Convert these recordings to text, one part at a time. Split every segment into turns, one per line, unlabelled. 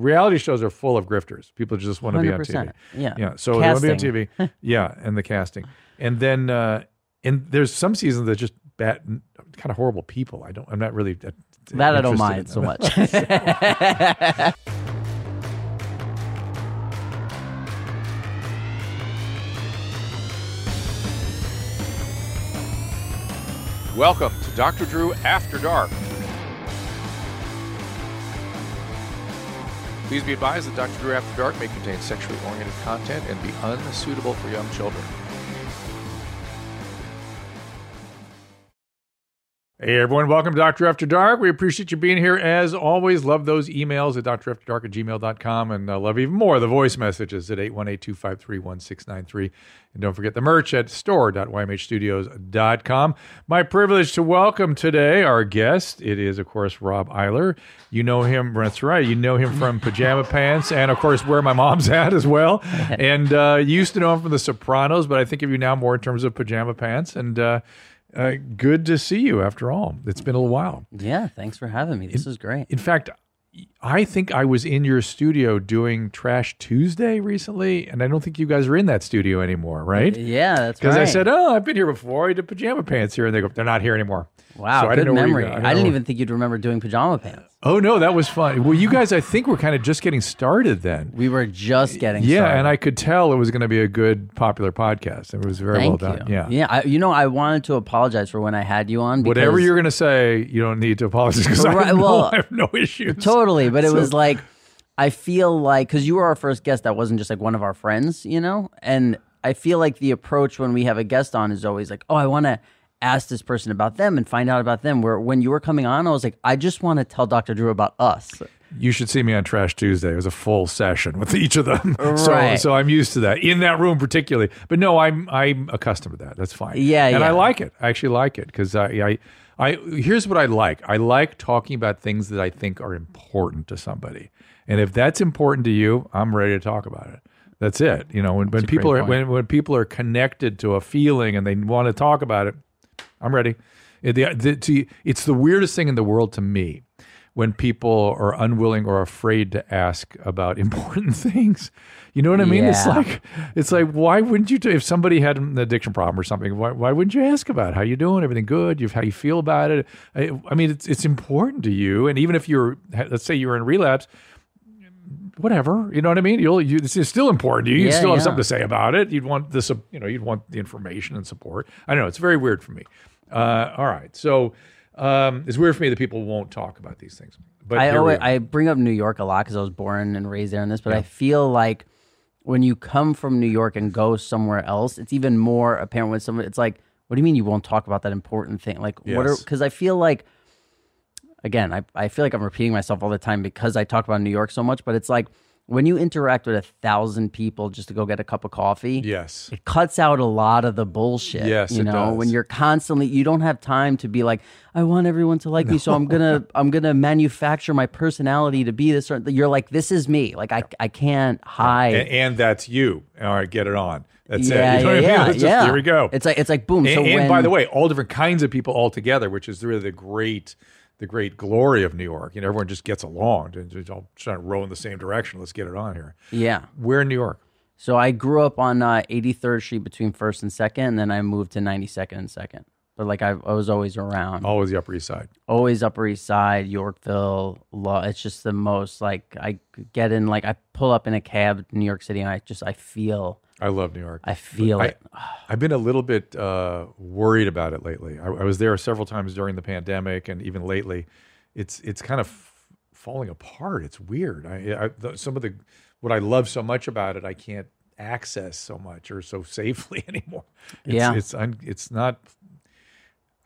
reality shows are full of grifters. People just want to be on TV.
100%. Yeah.
Yeah. So they want to be on
Casting.
TV. yeah, and the casting, and then uh, and there's some seasons that just bat kind of horrible people. I don't. I'm not really that.
That I don't
interested
mind
in
so
them.
much.
Welcome to Dr. Drew After Dark. Please be advised that Dr. Drew After Dark may contain sexually oriented content and be unsuitable for young children.
Hey everyone, welcome to Doctor After Dark. We appreciate you being here as always. Love those emails at drafterdark at gmail.com and uh, love even more the voice messages at 818-253-1693. And don't forget the merch at store.ymhstudios.com. My privilege to welcome today our guest. It is, of course, Rob Eiler. You know him, that's right, you know him from Pajama Pants and, of course, Where My Mom's At as well. And uh, you used to know him from The Sopranos, but I think of you now more in terms of Pajama Pants. And, uh, uh, good to see you after all. It's been a little while.
yeah. Thanks for having me. This is great.
In fact, I think I was in your studio doing Trash Tuesday recently, and I don't think you guys are in that studio anymore, right?
Yeah, that's
Because
right.
I said, "Oh, I've been here before. I did pajama pants here," and they go, "They're not here anymore."
wow,
So I
good
didn't know where you
memory.
got- I
I,
don't
didn't
know.
even think you'd remember doing pajama pants.
Oh no, that was fun. Well, you guys, I think were kind of just getting started then.
We were just getting
Yeah,
started.
and I could tell it was going to be a good, popular podcast. It was very
Thank
well done.
you.
Yeah.
Yeah. I, you know, I wanted to apologize for when I had you on. Because
Whatever you're going to say, you don't need to apologize because I,
Right,
know
well,
I have no issues.
Totally, but it was like I feel like because you were our first guest, that wasn't just like one of our friends, you know. And I feel like the approach when we have a guest on is always like, oh, I want to ask this person about them and find out about them. Where when you were coming on, I was like, I just want to tell Dr. Drew about us.
You should see me on Trash Tuesday. It was a full session with each of them. So
Right.
so I'm used to that in that room particularly. But no, I'm I'm accustomed to that. That's fine.
Yeah,
and I
yeah.
like it. I actually like it because I, I I here's what I like. I like talking about things that I think are important to somebody. And if that's important to you, I'm ready to talk about it. That's it. You know, when, when people are when, when people are connected to a feeling and they want to talk about it, I'm ready. It- the- the- to- it's the weirdest thing in the world to me when people are unwilling or afraid to ask about important things. You know what I mean? It's
Yeah.
like it's like why wouldn't you? do- If somebody had an addiction problem or something, why, why wouldn't you ask about how you doing? Everything good? You how you feel about it? I, I mean, it's it's important to you. And even if you're, let's say you're in relapse. Whatever, you know what I mean. You'll, you, it's still important to you. You
Yeah,
still have
yeah.
something to say about it. You'd want this, you know, you'd want the information and support. I know it's very weird for me. Uh, all right, so um, it's weird for me that people won't talk about these things. But
I
here we
always
are.
I bring up New York a lot because I was born and raised there and this, but I feel like when you come from New York and go somewhere else, it's even more apparent when someone it's like, what do you mean you won't talk about that important thing? Like what are
Yes.
because I feel like again, I, I feel like I'm repeating myself all the time because I talk about New York so much, but it's like when you interact with a thousand people just to go get a cup of coffee,
Yes.
it cuts out a lot of the bullshit.
Yes,
you
it
know,
does.
when you're constantly, you don't have time to be like, I want everyone to like me, so I'm gonna, I'm gonna manufacture my personality to be this. Or, you're like, this is me. Like, I, I can't hide.
and, and that's you. All right, get it on. That's
yeah,
it. You know what
yeah,
I mean?
yeah,
It's just-
yeah.
Here we go.
It's like, it's like, boom.
and
so
and
when,
by the way, all different kinds of people all together, which is really the great, the great glory of New York. You know, everyone just gets along and just all trying to row in the same direction. Let's get it on here.
yeah.
We're in New York.
So I grew up on uh, 83rd Street between First and Second, and then I moved to 92nd and Second. But like I, I was always around,
Always the Upper East Side.
always Upper East Side, Yorkville. Lo- it's just the most like I get in, like I pull up in a cab, to New York City, and I just I feel
I love New York.
I feel
I,
it.
I've been a little bit uh, worried about it lately. I, I was there several times during the pandemic, and even lately, it's it's kind of f- falling apart. It's weird. I, I th- some of the what I love so much about it, I can't access so much or so safely anymore. It's,
Yeah.
it's un, it's not.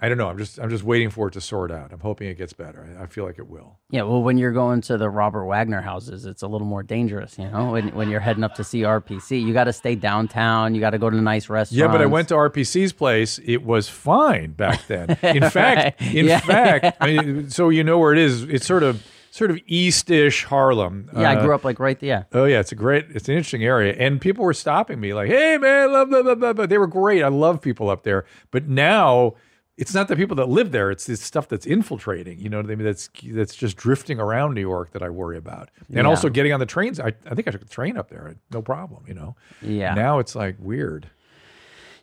I don't know. I'm just I'm just waiting for it to sort out. I'm hoping it gets better. I, I feel like it will.
Yeah, well, when you're going to the Robert Wagner houses, it's a little more dangerous, you know. When, when you're heading up to see RPC, you got to stay downtown. You got to go to nice restaurants.
Yeah, but I went to RPC's place. It was fine back then. In fact, in
Yeah.
fact, I mean, so you know where it is. It's sort of sort of east-ish Harlem. Uh,
Yeah, I grew up like right there.
Oh yeah, it's a great, it's an interesting area, and people were stopping me like, "Hey man, blah blah blah blah." blah." They were great. I love people up there, but now it's not the people that live there. It's this stuff that's infiltrating. You know what I mean? That's that's just drifting around New York that I worry about. And also getting on the trains. I, I think I took the train up there. No problem. You know.
Yeah.
Now it's like weird.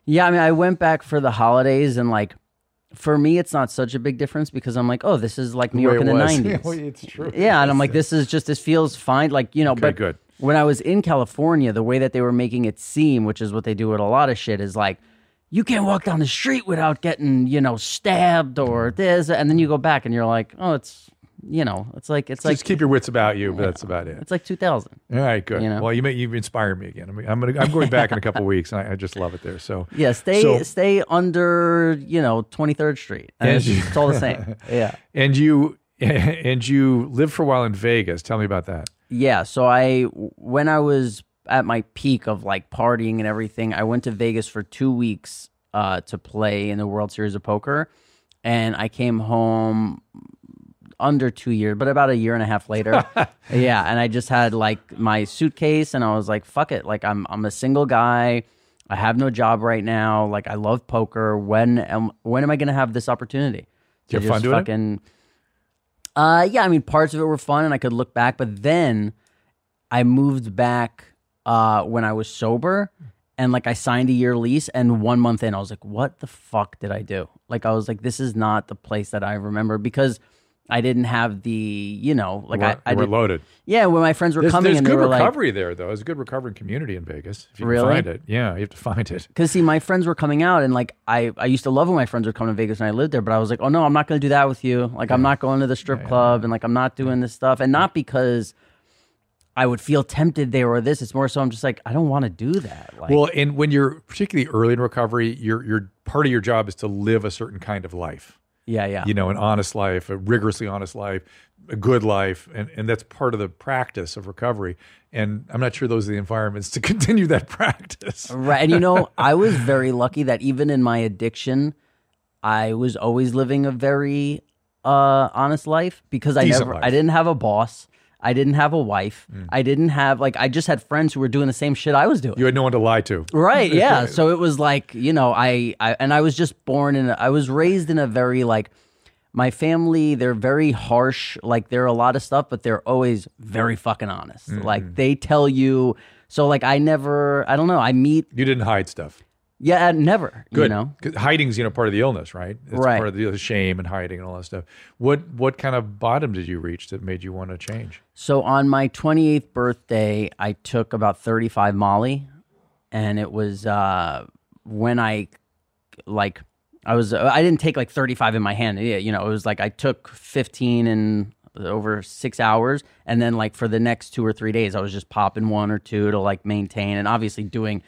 Yeah, I mean, I went back for the holidays, and like, for me, it's not such a big difference because I'm like, oh, this is like New York
way
in
it
the
was.
'90s.
it's true.
yeah, and I'm like, this is just this feels fine, like you know. but
good.
when I was in California, the way that they were making it seem, which is what they do with a lot of shit, is like. You can't walk down the street without getting, you know, stabbed or this, and then you go back and you're like, oh, it's, you know, it's like it's like
Just keep your wits about you, but that's about it.
it's like 2000.
All right, good.
know?
Well, you may, you've inspired me again. I mean, I'm gonna, I'm going back in a couple weeks, and I, I just love it there. So
Yeah, stay
So-
stay under, you know, 23rd Street, and
Yes,
it's,
you-
it's all the same. yeah.
and you and you lived for a while in Vegas. Tell me about that.
Yeah. So I, when I was at my peak of like partying and everything, I went to Vegas for two weeks uh, to play in the World Series of Poker, and I came home under two years, but about a year and a half later. yeah, and I just had like my suitcase, and I was like, "Fuck it!" Like I'm I'm a single guy. I have no job right now. Like I love poker. When am when am I going to have this opportunity?
you
to
have fun
just
doing it?
fucking, Uh, yeah, I mean, parts of it were fun, and I could look back. But then I moved back uh, when I was sober, and like I signed a year lease, and one month in, I was like, "What the fuck did I do?" Like I was like, "This is not the place that I remember," because I didn't have the you know like I,
We're-
I
we're
did,
loaded.
yeah when my friends were
There's,
coming
there's
and
good
they were like
recovery there, though. There's a good recovering community in Vegas. If you can
Really?
find it, yeah, you have to find it.
Because see, my friends were coming out, and like I, I used to love when my friends would come to Vegas and I lived there. But I was like, oh no, I'm not going to do that with you. Like I'm not going to the strip club, and like I'm not doing this stuff, and not because I would feel tempted there or this. It's more so I'm just like I don't want to do that. Like,
Well, and when you're particularly early in recovery, your your part of your job is to live a certain kind of life.
yeah, yeah,
You know, an honest life, a rigorously honest life, a good life, and and that's part of the practice of recovery. And I'm not sure those are the environments to continue that practice.
right. And you know, I was very lucky that even in my addiction, I was always living a very uh, honest life because I
Decent
never,
life. Mm.
I didn't have a boss. I didn't have a wife. I didn't have like I just had friends who were doing the same shit I was doing.
You had no one to lie to.
right yeah so it was like you know I, I and i was just born in a, i was raised in a very like my family they're very harsh like they're a lot of stuff but they're always very fucking honest like they tell you so like i never i don't know i meet
You didn't hide stuff.
yeah never
Good.
you know
'Cause Hiding's you know part of the illness, right? It's
Right.
Part of the, the shame and hiding and all that stuff. What what kind of bottom did you reach that made you want to change?
So on my 28th birthday, I took about 35 Molly, and it was uh, when I like I was I didn't take like 35 in my hand. Yeah, you know, it was like I took 15 in over six hours, and then like for the next two or three days, I was just popping one or two to like maintain, and obviously doing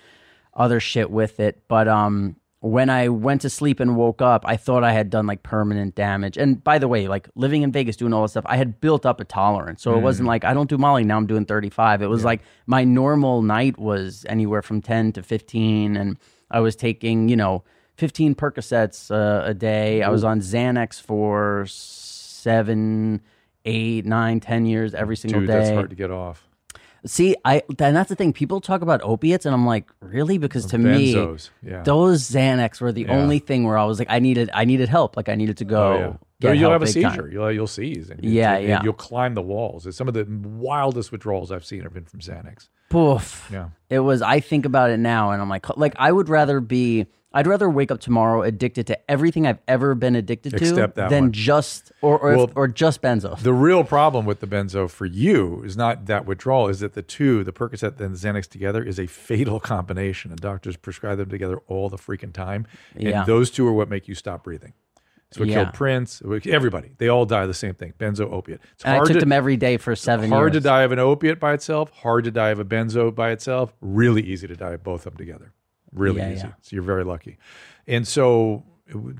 other shit with it. But um, when I went to sleep and woke up, I thought I had done like permanent damage. And by the way, like living in Vegas, doing all this stuff, I had built up a tolerance. So it wasn't like I don't do Molly now. I'm doing 35. It was like my normal night was anywhere from 10 to 15, and I was taking you know 15 Percocets uh, a day. I was on Xanax for seven, eight, nine, ten years every single
Dude,
day.
that's hard to get off.
See, I and that's the thing. People talk about opiates, and I'm like, really? Because to
Benzos,
me,
yeah.
those Xanax were the only thing where I was like, I needed, I needed help. Like I needed to go.
Oh, yeah.
get
Though you'll
help
have a
big time.
seizure. You'll you'll seize. And
Yeah,
and
yeah.
You'll climb the walls. It's some of the wildest withdrawals I've seen have been from Xanax.
Poof.
Yeah.
It was. I think about it now, and I'm like, like I would rather be. I'd rather wake up tomorrow addicted to everything I've ever been addicted
Except
to
that
than
one.
just or or, if-
Well,
or just benzos.
The real problem with the benzo for you is not that withdrawal, is that the two, the Percocet and Xanax together, is a fatal combination, and doctors prescribe them together all the freaking time. And
Yeah.
those two are what make you stop breathing. It's what
Yeah.
killed Prince. what- Everybody, they all die of the same thing: benzo opiate. It's
and I
hard
took
to
them every day for seven
hard to
years.
die of an opiate by itself. Hard to die of a benzo by itself. Really easy to die of both of them together. Really
Yeah,
easy.
yeah.
So you're very lucky. And so,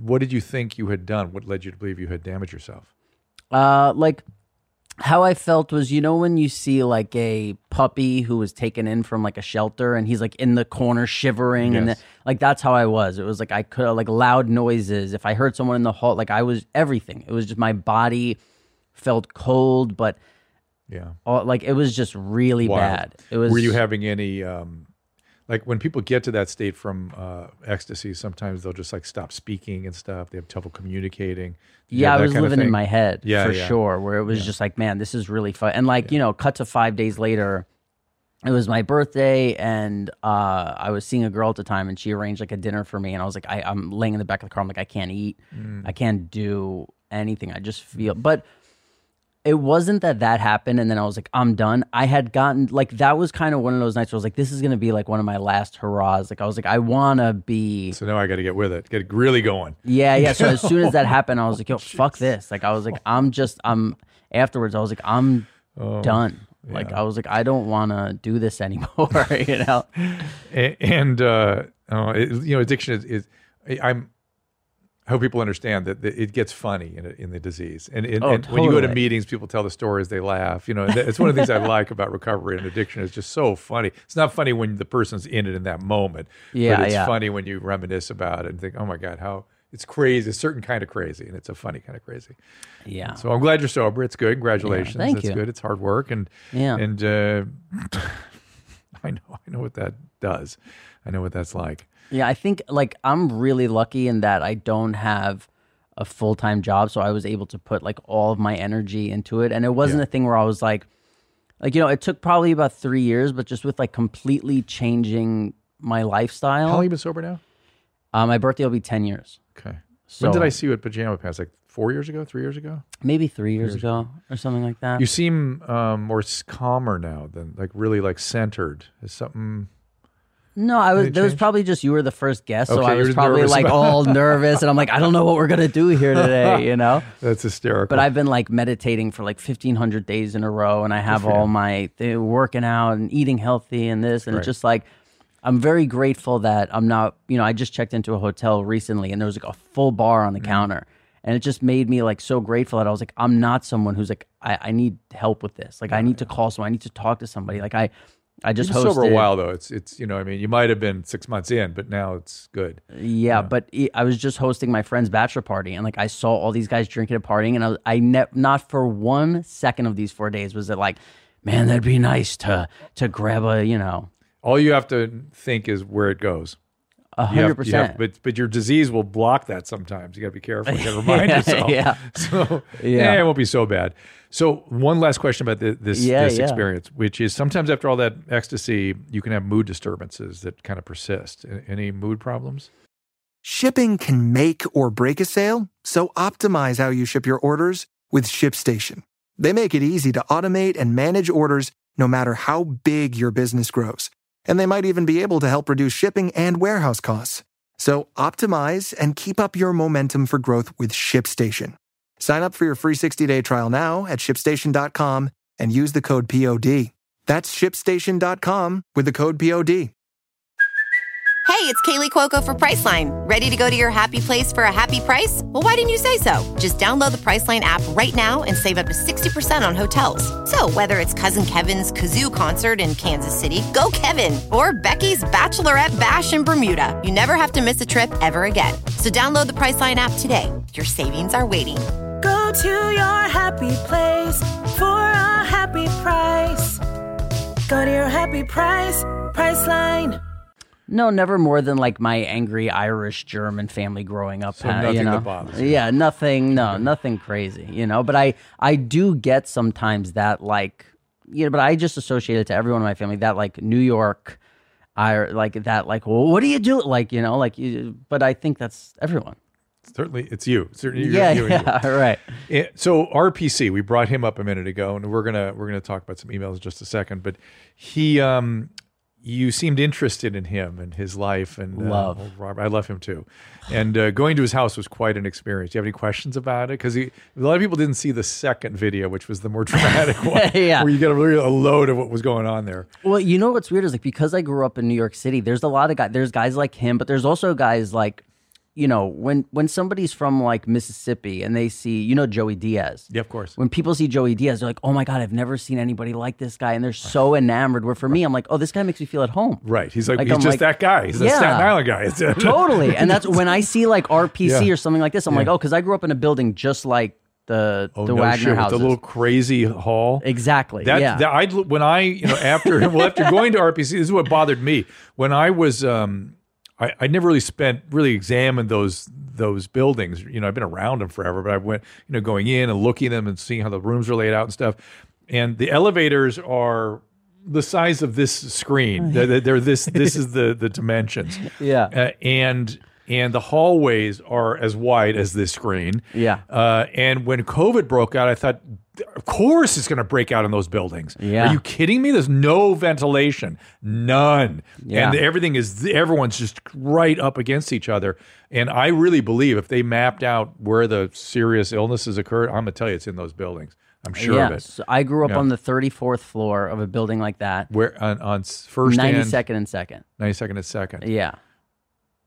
what did you think you had done? What led you to believe you had damaged yourself?
Uh, like how I felt was, you know, when you see like a puppy who was taken in from like a shelter and he's like in the corner shivering, and
Yes.
the, like that's how I was. It was like I could like loud noises. If I heard someone in the hall, like I was everything. It was just my body felt cold, but
Yeah.
all, like it was just really
Wild.
bad. It was
Were you having any um, like when people get to that state from uh, ecstasy, sometimes they'll just like stop speaking and stuff. They have trouble communicating. You
Yeah,
know,
I
that
was
kind of
living in
thing.
my head
Yeah,
for
yeah.
sure, where it was just like, man, this is really fun. And like, you know, cut to five days later, it was my birthday, and uh, I was seeing a girl at the time, and she arranged like a dinner for me, and I was like, I, I'm laying in the back of the car, I'm like, I can't eat,
Mm.
I can't do anything, I just feel, but. It wasn't that that happened, and then I was like, I'm done. I had gotten like that was kind of one of those nights where I was like, this is gonna be like one of my last hurrahs. Like I was like, I wanna be
So now I got to get with it. Get really going.
yeah, yeah. So as soon as that happened, I was like, yo, fuck this. Like I was like, I'm just I'm afterwards I was like, I'm done. Like I was like, I don't wanna do this anymore, you know?
A- and uh, oh, it, you know, addiction is. is I- I'm. I hope people understand that the- it gets funny in, in the disease, and, and,
Oh,
and when you go to
totally.
meetings, people tell the stories, they laugh. You know, and that- it's one of the things I like about recovery and addiction. It's just so funny. It's not funny when the person's in it in that moment,
Yeah,
but it's
yeah.
funny when you reminisce about it and think, "Oh my God, how it's crazy!" A certain kind of crazy, and it's a funny kind of crazy.
Yeah.
So I'm glad you're sober. It's good. Congratulations.
Yeah, thank
That's
you.
good. It's hard work and
Yeah.
and uh, I know I know what that does. I know what that's like.
Yeah, I think like I'm really lucky in that I don't have a full time job, so I was able to put like all of my energy into it, and it wasn't a thing where I was like, like you know, it took probably about three years, but just with like completely changing my
How long
lifestyle.
you been sober now?
Uh, my birthday will be ten years,
Okay.
So-
when did I see you at pajama pants? Like four years ago, three years ago?
maybe three years ago or something like that.
You seem um, more s- calmer now than like really like centered. Is something
No, I was.
it
There was
change?
probably just you were the first guest, so
Okay,
I
you
was
were
probably
nervous
like
about-
all nervous, and I'm like, I don't know what we're gonna do here today, you know.
that's hysterical.
But I've been like meditating for like 1,500 days in a row, and I have all my th- working out and eating healthy and this, and it's just like I'm very grateful that I'm not. You know, I just checked into a hotel recently, and there was like a full bar on the
Mm-hmm.
counter. And it just made me like so grateful that I was like, I'm not someone who's like, I, I need help with this. Like, I need to call someone. I need to talk to somebody. Like, I, I just
You've been sober
hosted-
a while though. It's it's you know I mean you might have been six months in, but now it's good.
Yeah, but it, I was just hosting my friend's bachelor party, and like I saw all these guys drinking and partying, and I, was, I ne- not for one second of these four days was it like, man, that'd be nice to to grab a you know
All you have to think is where it goes.
a
You have-
hundred
you have-
percent.
But but your disease will block that sometimes. You got to be careful. You got to remind
Yeah,
yourself.
yeah.
So
Yeah.
yeah, it won't be so bad. So one last question about thi- this
Yeah,
this
yeah.
experience, which is sometimes after all that ecstasy, you can have mood disturbances that kind of persist. A- Any mood problems?
Shipping can make or break a sale, so optimize how you ship your orders with ShipStation. They make it easy to automate and manage orders no matter how big your business grows. And they might even be able to help reduce shipping and warehouse costs. So optimize and keep up your momentum for growth with ShipStation. Sign up for your free 60-day trial now at shipstation.com and use the code POD. That's shipstation.com with the code POD.
Hey, it's Kaylee Cuoco for Priceline. Ready to go to your happy place for a happy price? Well, why didn't you say so? Just download the Priceline app right now and save up to 60% on hotels. So, whether it's Cousin Kevin's Kazoo concert in Kansas City, go Kevin, or Becky's Bachelorette Bash in Bermuda, you never have to miss a trip ever again. So, download the Priceline app today. Your savings are waiting.
Go to your happy place for a happy price. Go to your happy price, Priceline.
no, never more than like my angry Irish German family growing up.
So
uh, you
nothing that
know?
bothers you.
Yeah, nothing. No, nothing crazy. You know, but I I do get sometimes that like you know, but I just associate it to everyone in my family that like New York. I like that, like, well, what do you do? Like, you know, like, you, but I think that's everyone.
Certainly, it's you. Certainly, you're-
Yeah,
you and you.
yeah, right.
Yeah, Eh, so RPC, we brought him up a minute ago, and we're gonna we're gonna talk about some emails in just a second. But he, um, you seemed interested in him and his life and uh,
Love.
old Robert. I love him too, and uh, going to his house was quite an experience. Do you have any questions about it? Because a lot of people didn't see the second video, which was the more dramatic one,
Yeah.
where you get a real a load of what was going on there.
Well, you know what's weird is like because I grew up in New York City, there's a lot of guys there's guys like him, but there's also guys like you know, when when somebody's from like Mississippi and they see, you know Joey Diaz.
Yeah, of course.
When people see Joey Diaz, they're like, "Oh my god, I've never seen anybody like this guy." And they're so enamored. Where for me, I'm like, "Oh, this guy makes me feel at home."
Right, he's like,
Like,
he's
I'm
just
like-
that guy. He's a
Yeah.
Staten Island guy. It's-
Totally. And that's when I see like RPC
Yeah.
or something like this, I'm like, "Oh, cuz I grew up in a building just like the
Oh,
the
no
Wagner
shit, with
houses.
the little crazy hall.
exactly.
That,
yeah.
that I'd when I you know after well after going to RPC, this is what bothered me when I was um I, I never really spent really examined those those buildings. You know, I've been around them forever, but I went you know going in and looking at them and seeing how the rooms are laid out and stuff. And the elevators are the size of this screen. They're, they're- they're this this is the the dimensions.
yeah.
Uh, and and the hallways are as wide as this screen.
Yeah.
Uh, and when COVID broke out, I thought, of course it's going to break out in those buildings.
Yeah.
Are you kidding me? There's no ventilation, none,
Yeah.
and everything is everyone's just right up against each other. And I really believe if they mapped out where the serious illnesses occurred, I'm going to tell you it's in those buildings. I'm sure
yeah.
of it.
So I grew up
Yeah.
on the 34th floor of a building like that,
Where on, on first
92nd
and
and second.
92nd and second.
Yeah.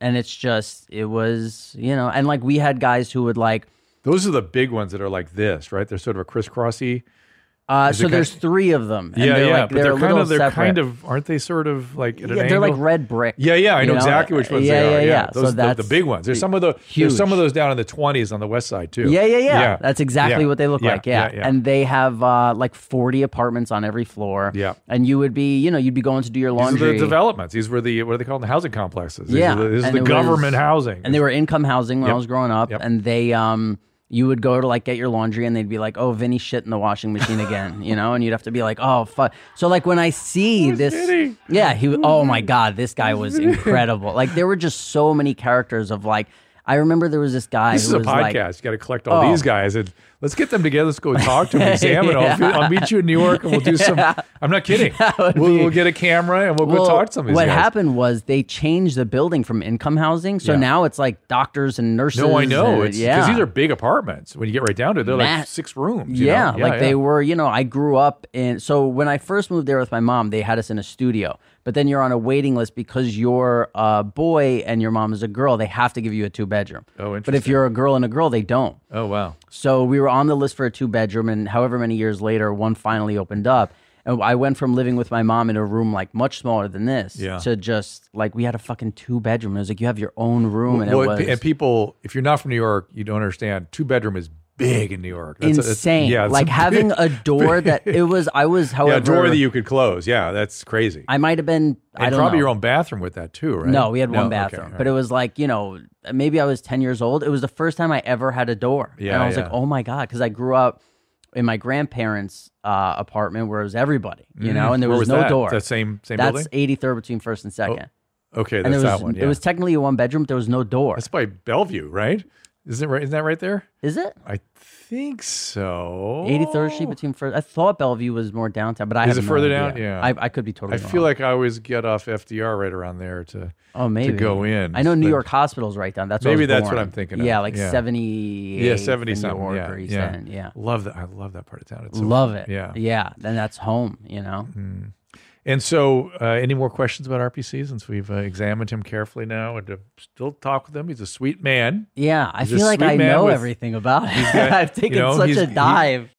And it's just, it was, you know, and like we had guys who would like,
Those are the big ones that are like this, right? They're sort of a crisscrossy.
uh,
Is it
so
kind-
there's three of them. And
yeah,
they're
yeah,
like,
but
they're,
they're,
a
kind
little
of they're
separate.
kind of aren't they sort of like at
yeah,
an
they're like
angle?
red brick.
Yeah, yeah, I
you uh,
know, exactly which ones
yeah,
they are.
Yeah,
Yeah,
yeah.
Those,
so that's
the, the big ones. There's some of the
huge.
there's some of those down in the 20s on the west side too.
Yeah, yeah, yeah, That's exactly
Yeah.
what they look
Yeah,
like. Yeah.
yeah, yeah.
And they have uh, like 40 apartments on every floor.
Yeah.
And you would be, you know, you'd be going to do your
These are
laundry.
the developments. These were the what are they called? The housing complexes. These
Yeah,
are the, this is
and
the
it was-
government housing.
and they were income housing when I
Yep.
was growing up.
Yep.
And they, um, you would go to like get your laundry and they'd be like, oh, Vinny shit in the washing machine again, you know? And you'd have to be like, oh, fuck. So, like, when I see this,
Vinny?
yeah, he, oh my God, this guy was incredible. Like, there were just so many characters of like, I remember there was this guy
this is
who
a
was
podcast.
like, Oh.
you got to collect all these guys and let's get them together. Let's go talk to them, examine. them. I'll, I'll meet you in New York and we'll do some. I'm not kidding. We'll,
would be-
we'll get a camera and we'll, go talk to some of these
what
guys.
happened was they changed the building from income housing, so
Yeah.
now it's like doctors and nurses.
No, I know.
and-
It's because
yeah,
these are big apartments. When you get right down to it, they're
Ma-
like six rooms. you know?
yeah, like they were. You know, I grew up in. So when I first moved there with my mom, they had us in a studio. But then you're on a waiting list because you're a boy and your mom is a girl. They have to give you a two bedroom.
Oh,
But if
interesting.
you're a girl and a girl, they don't.
Oh wow.
So we were on the list for a two bedroom, and however many years later, one finally opened up. And I went from living with my mom in a room like much smaller than this
Yeah.
to just like we had a fucking two bedroom. It was like you have your own room, and
Well,
it was
and people, if you're not from New York, you don't understand. Two bedroom is big in New York. That's a- that's-
insane.
yeah, it's
like
a
having
big-
a door that it was. I was, however,
yeah, a door that you could close. Yeah, that's crazy.
I might have been. I
and
don't
probably
know.
your own bathroom with that too, right?
No, we had one
okay,
bathroom,
all right.
but it was like you know maybe I was ten years old. It was the first time I ever had a door, and
Yeah,
I was
yeah.
like, oh my god, because I grew up in my grandparents' uh, apartment where it was everybody, you know, and there
Mm-hmm. Where
was,
was
no
that?
door.
That same- same
That's
building?
eighty third between first and second,
okay.
and
That's
there was
that one. Yeah.
it was technically a one bedroom, but there was no door.
that's by Bellevue, right? Isn't it right? Isn't that right there?
Is it?
I think so.
Eighty third Street between first. I thought Bellevue was more downtown, but I
Oh. Is
have
it
no
further
idea.
down? Yeah.
I, I could be totally.
I feel like I always get off FDR right around there to
oh maybe
to go in.
I know New
but-
York Hospital's right down. That's where I
Maybe
was
that's what
born.
I'm thinking of.
Yeah, like
Yeah.
seventy.
Yeah, seventy something. Yeah,
Yeah, yeah.
yeah.
yeah.
Love that. I love that part of town. It's so
love
fun.
it.
Yeah. Mm-hmm.
yeah. Then that's home. You know.
And so, uh, any more questions about RPC since we've uh, examined him carefully now and to still talk with him? He's a sweet man.
Yeah, I
He's a
feel like
sweet
I
man
know
with-
everything about it.
He's got-
I've taken
you know,
such
he's-
a
he-
dive.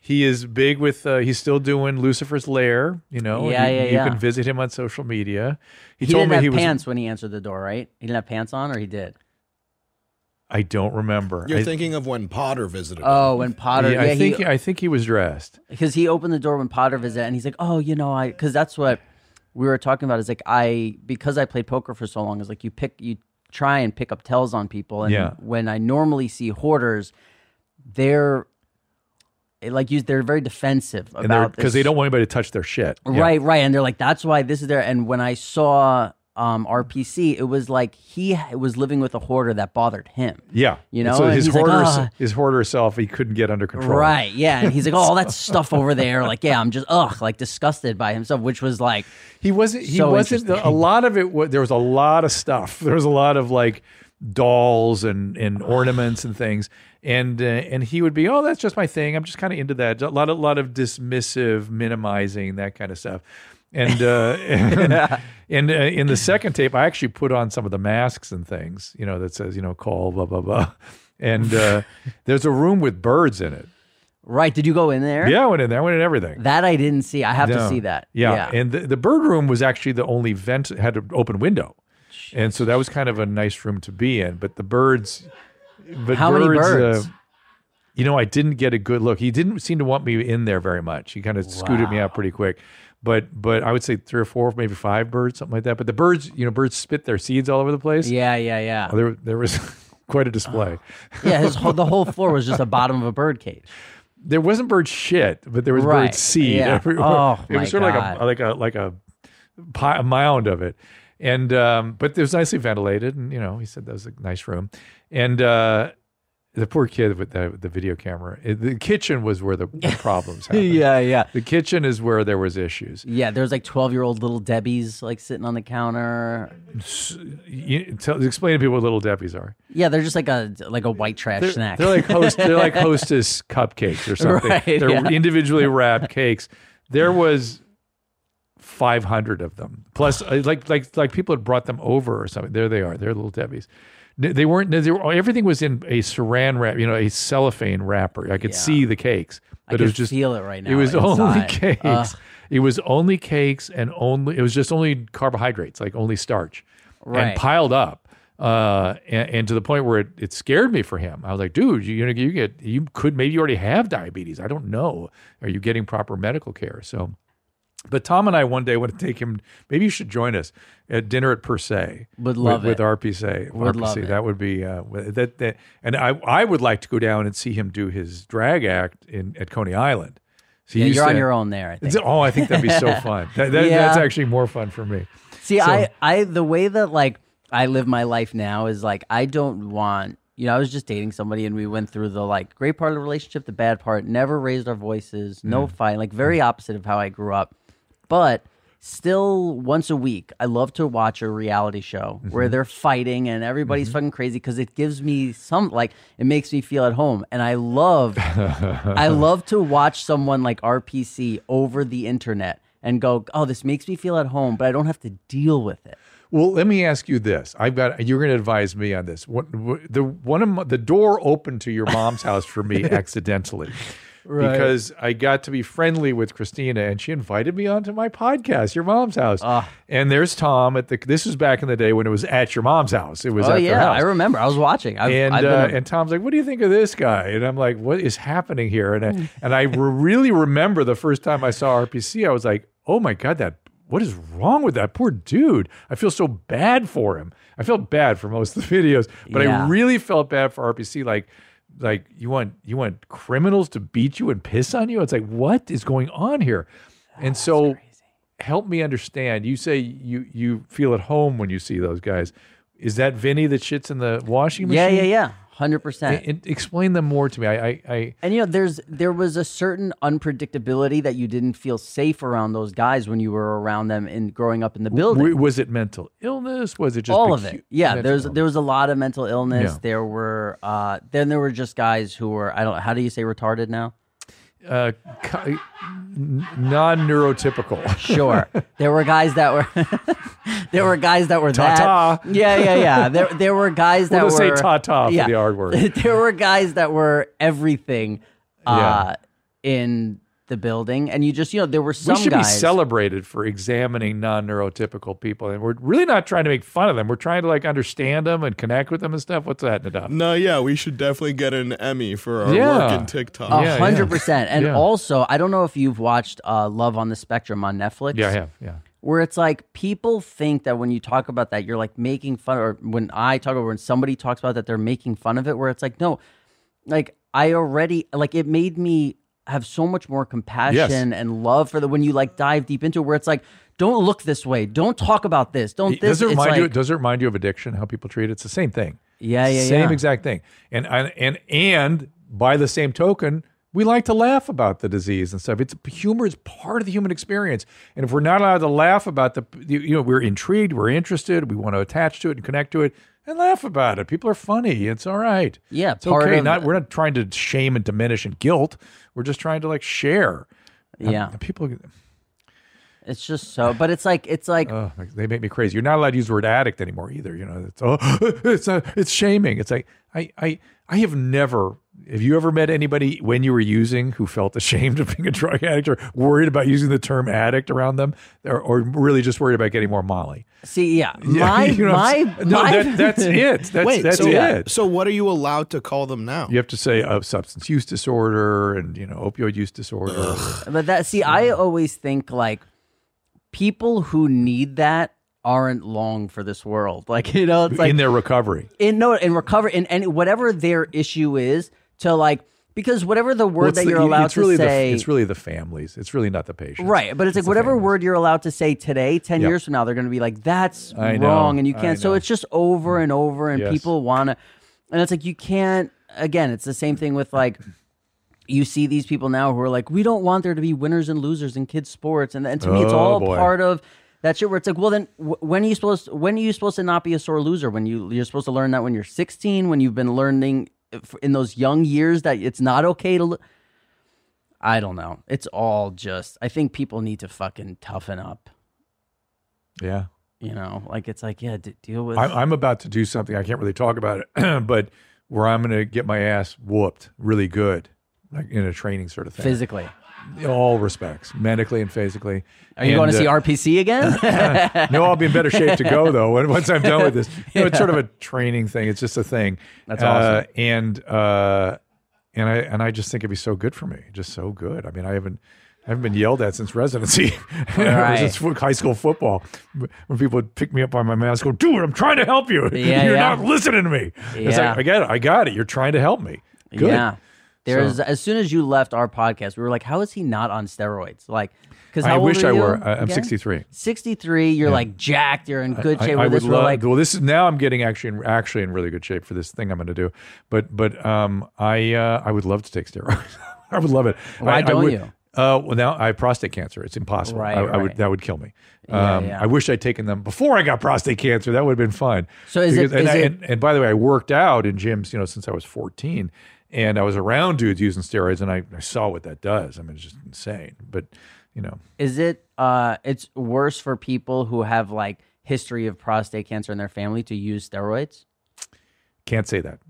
He is big with. Uh, he's still doing Lucifer's Lair. You know.
Yeah,
you,
yeah,
you
yeah.
can visit him on social media.
He,
He, told
didn't
me
have
he was.
pants when he answered the door, right? He didn't have pants on, or he did.
I don't remember.
You're
I,
thinking of when Potter visited.
Oh,
him.
when Potter,
yeah,
yeah,
I think.
he
I think he was dressed.
because he opened the door when Potter visited, and he's like, "Oh, you know, I," because that's what we were talking about. Is like I because I played poker for so long. Is like you pick you try and pick up tells on people, and
Yeah.
when I normally see hoarders, they're it, like you, they're very defensive
And they're
about
because
this-
they don't want anybody to touch their shit. Yeah.
Right, right. And they're like, that's why this is there. And when I saw um, RPC, it was like he was living with a hoarder that bothered him.
Yeah.
You know,
So
and
his
he's like,
hoarder,
"Ah."
his hoarder self, he couldn't get under control.
Right, yeah. And he's like, oh, all that stuff over there. Like, yeah, I'm just, ugh, like disgusted by himself, which was like,
He wasn't. He
So
wasn't. the- a
interesting.
lot of it. wa- There was a lot of stuff. There was a lot of like dolls and and ornaments and things. And uh, and he would be, oh, that's just my thing. I'm just kind of into that. A lot of lot of dismissive, minimizing that kind of stuff. And uh, and, and, uh, in the second tape, I actually put on some of the masks and things. You know that says you know call blah blah blah. And uh, there's a room with birds in it.
right, did you go in there?
Yeah, I went in there. I went in everything.
That I didn't see. I have to
No.
see that.
Yeah. And the, the bird room was actually the only vent that had an open window. And so that was kind of a nice room to be in. But the birds, but
How many
birds,
birds?
Uh, you know, I didn't get a good look. He didn't seem to want me in there very much. He kind of scooted me out pretty quick. But but I would say three or four, maybe five birds, something like that. But the birds, you know, birds spit their seeds all over the place.
Yeah, yeah, yeah.
There there was quite a display.
Yeah, his whole, the whole floor was just the bottom of a bird cage.
There wasn't bird shit, but there was
Right,
bird seed
yeah.
everywhere.
Oh,
it
my
was sort
God.
of like a like a like a, pi- a mound of it. And um, but it was nicely ventilated, and you know, he said that was a nice room. And uh, the poor kid with the, the video camera, it- the kitchen was where the, the problems happened.
yeah.
The kitchen is where there was issues.
Yeah, there's like 12 year old little Debbie's like sitting on the counter.
You, tell, explain to people what little deppies are.
Yeah, they're just like a like a white trash
They're,
snack.
they're like host, they're like hostess cupcakes or something.
Right,
they're
yeah.
individually wrapped cakes. There was 500 of them. Plus, uh, like like like people had brought them over or something. There they are. They're little deppies. N- They weren't. They were, everything was in a Saran wrap, you know, a cellophane wrapper. I could
Yeah.
see the cakes, but
I
it was
can
just
feel it right now.
It was only
inside.
cakes.
Ugh,
It was only cakes and only it was just only carbohydrates, like only starch,
Right.
and piled up. Uh, and, and to the point where it, it scared me for him. I was like, dude, you, you know, you get you could maybe you already have diabetes. I don't know. Are you getting proper medical care? So, but Tom and I one day want to take him. Maybe you should join us at dinner at Per Se.
Would love
with,
it.
with RPC.
Would
RPC.
love it.
That would be uh, that, that. And I I would like to go down and see him do his drag act in at Coney Island. So
yeah,
you
you're on
said-
your own there. I think.
It's- oh, I think that'd be so fun. That, that,
Yeah.
That's actually more fun for me.
See, I, I, the way that like I live my life now is like I don't want. You know, I was just dating somebody, and we went through the like great part of the relationship, the bad part. Never raised our voices, no fight, like very opposite of how I grew up. But still, once a week, I love to watch a reality show where they're fighting and everybody's fucking crazy because it gives me some like it makes me feel at home, and I love I love to watch someone like RPC over the internet and go, oh, this makes me feel at home, but I don't have to deal with it.
Well, let me ask you this. I've got you're going to advise me on this. What, what the one of my, the door opened to your mom's house for me accidentally. Because I got to be friendly with Christina, and she invited me onto my podcast, your mom's house.
Ah.
and there's Tom at the. This was back in the day when it was at your mom's house. It was
Oh
at their
yeah,
house.
I remember. I was watching. I've,
and
I've been
uh,
a-
and Tom's like, "What do you think of this guy?" And I'm like, "What is happening here?" And
Hmm.
I, and I re- really remember the first time I saw RPC, I was like, "Oh my god, that what is wrong with that poor dude?" I feel so bad for him. I felt bad for most of the videos, but
Yeah.
I really felt bad for RPC. Like, like you want you want criminals to beat you and piss on you? It's like, what is going on here? And so help me understand. You say you you feel at home when you see those guys. Is that Vinny that shits in the washing machine?
yeah, yeah, yeah, hundred
I-
percent.
it- explain them more to me. I, I, I
And you know, there's there was a certain unpredictability that you didn't feel safe around those guys when you were around them in growing up in the building.
w- was it mental illness? Was it just
all of
acu-
it. Yeah,
mental
there's
illness?
there was a lot of mental illness.
Yeah.
There were uh then there were just guys who were I don't how do you say retarded now?
uh, co- non neurotypical.
Sure. there were guys that were there were guys that were
Ta-ta.
that. Yeah, yeah, yeah. There there were guys that
We'll just say
were
ta-ta for the hard word.
there were guys that were everything uh in the building and you just you know there were some
we should
guys
be celebrated for examining non neurotypical people, and we're really not trying to make fun of them. We're trying to like understand them and connect with them and stuff. What's that, Nadav?
No, yeah, we should definitely get an Emmy for our
Yeah.
work in TikTok.
A
Yeah, yeah.
hundred percent, and
Yeah.
also I don't know if you've watched uh, Love on the Spectrum on Netflix.
Yeah, I have. Yeah,
where it's like people think that when you talk about that, you're like making fun, or when I talk or when somebody talks about that, they're making fun of it. Where it's like, no, like I already like it made me have so much more compassion and love for the when you like dive deep into it, where it's like, don't look this way, don't talk about this, don't this.
does it
It's
remind you?
like-
Does it remind you of addiction? How people treat it? It's the same thing.
yeah, yeah,
same
yeah.
exact thing. And and and and by the same token, we like to laugh about the disease and stuff. It's humor is part of the human experience, and if we're not allowed to laugh about the, you you know, we're intrigued, we're interested, we want to attach to it and connect to it. And laugh about it. People are funny. It's all right.
Yeah,
it's
part
okay.
of-
Not we're not trying to shame and diminish and guilt. We're just trying to like share.
Yeah.
And people,
It's just so, but it's like it's like
Oh, they make me crazy. You're not allowed to use the word addict anymore either. You know, it's oh, it's not, it's shaming. It's like I I I have never. Have you ever met anybody when you were using who felt ashamed of being a drug addict or worried about using the term addict around them, or, or really just worried about getting more Molly?
see, yeah,
Yeah,
my
you know what
my,
I'm saying? no,
my
that, that's it. That's
Oh, Wait,
that's
so,
it.
so what are you allowed to call them now?
You have to say uh, substance use disorder and you know opioid use disorder.
But that see, I always think like people who need that aren't long for this world. Like you know, it's like
in their recovery.
in no in recover in any whatever their issue is to like because whatever the word
Well, it's
that
the- e,
you're allowed
it's really
to say
The, it's really the families. It's really not the patients.
Right, but it's, like
the
whatever
families.
word you're allowed to say today, ten
Yep.
years from now, they're going to be like, "That's
I know,
wrong," and you
I
can't. So
know. Mm.
it's just over and over, and
Yes.
people want to, and it's like you can't. Again, it's the same thing with like, you see these people now who are like, "We don't want there to be winners and losers in kids' sports," and, and to me, it's
Oh,
all
boy.
part of that shit. Where it's like, well, then wh- when are you supposed? When are you supposed to not be a sore loser? When you you're supposed to learn that when you're 16, when you've been learning f- in those young years that it's not okay to. Lo- I don't know. It's all just. I think people need to fucking toughen up.
Yeah.
You know, like it's like yeah, d- deal with.
I'm, I'm about to do something. I can't really talk about it, but where I'm going to get my ass whooped really good, like in a training sort of thing.
Physically,
In all respects, medically and physically. uh,
are you going to see RPC again?
no, I'll be in better shape to go though when- once I'm done with this. You know, it's sort of a training thing. It's just a thing.
That's awesome.
Uh, and uh, and I and I just think it'd be so good for me. Just so good. I mean, I haven't. I haven't been yelled at since residency,
Right.
since fo- high school football. When people would pick me up by my mask, go, dude, I'm trying to help you.
Yeah,
You're
yeah.
not listening to me. It's
Yeah.
like, I got it. I got it. You're trying to help me. Good.
Yeah. There's as soon as you left our podcast, we were like, "How is he not on steroids?" Like, because
I wish I were. I- I'm 63.
63. You're like jacked. You're in good
I-
shape.
I,
with
would
this, we're
love.
like,
well, this is now. I'm getting actually in, actually in really good shape for this thing I'm going to do. But but um, I uh, I would love to take steroids. I would love it. I,
Why
I
don't
would-
you?
Uh, well, now I have prostate cancer. It's impossible.
Right,
I, I
right.
would that would kill me. Um,
Yeah, yeah.
I wish I'd taken them before I got prostate cancer. That would have been fun.
So is it-
and,
is
I-
it-
and, and by the way, I worked out in gyms. You know, since I was 14, and I was around dudes using steroids, and I, I saw what that does. I mean, it's just insane. But you know,
is it? Uh, it's worse for people who have like history of prostate cancer in their family to use steroids.
Can't say that.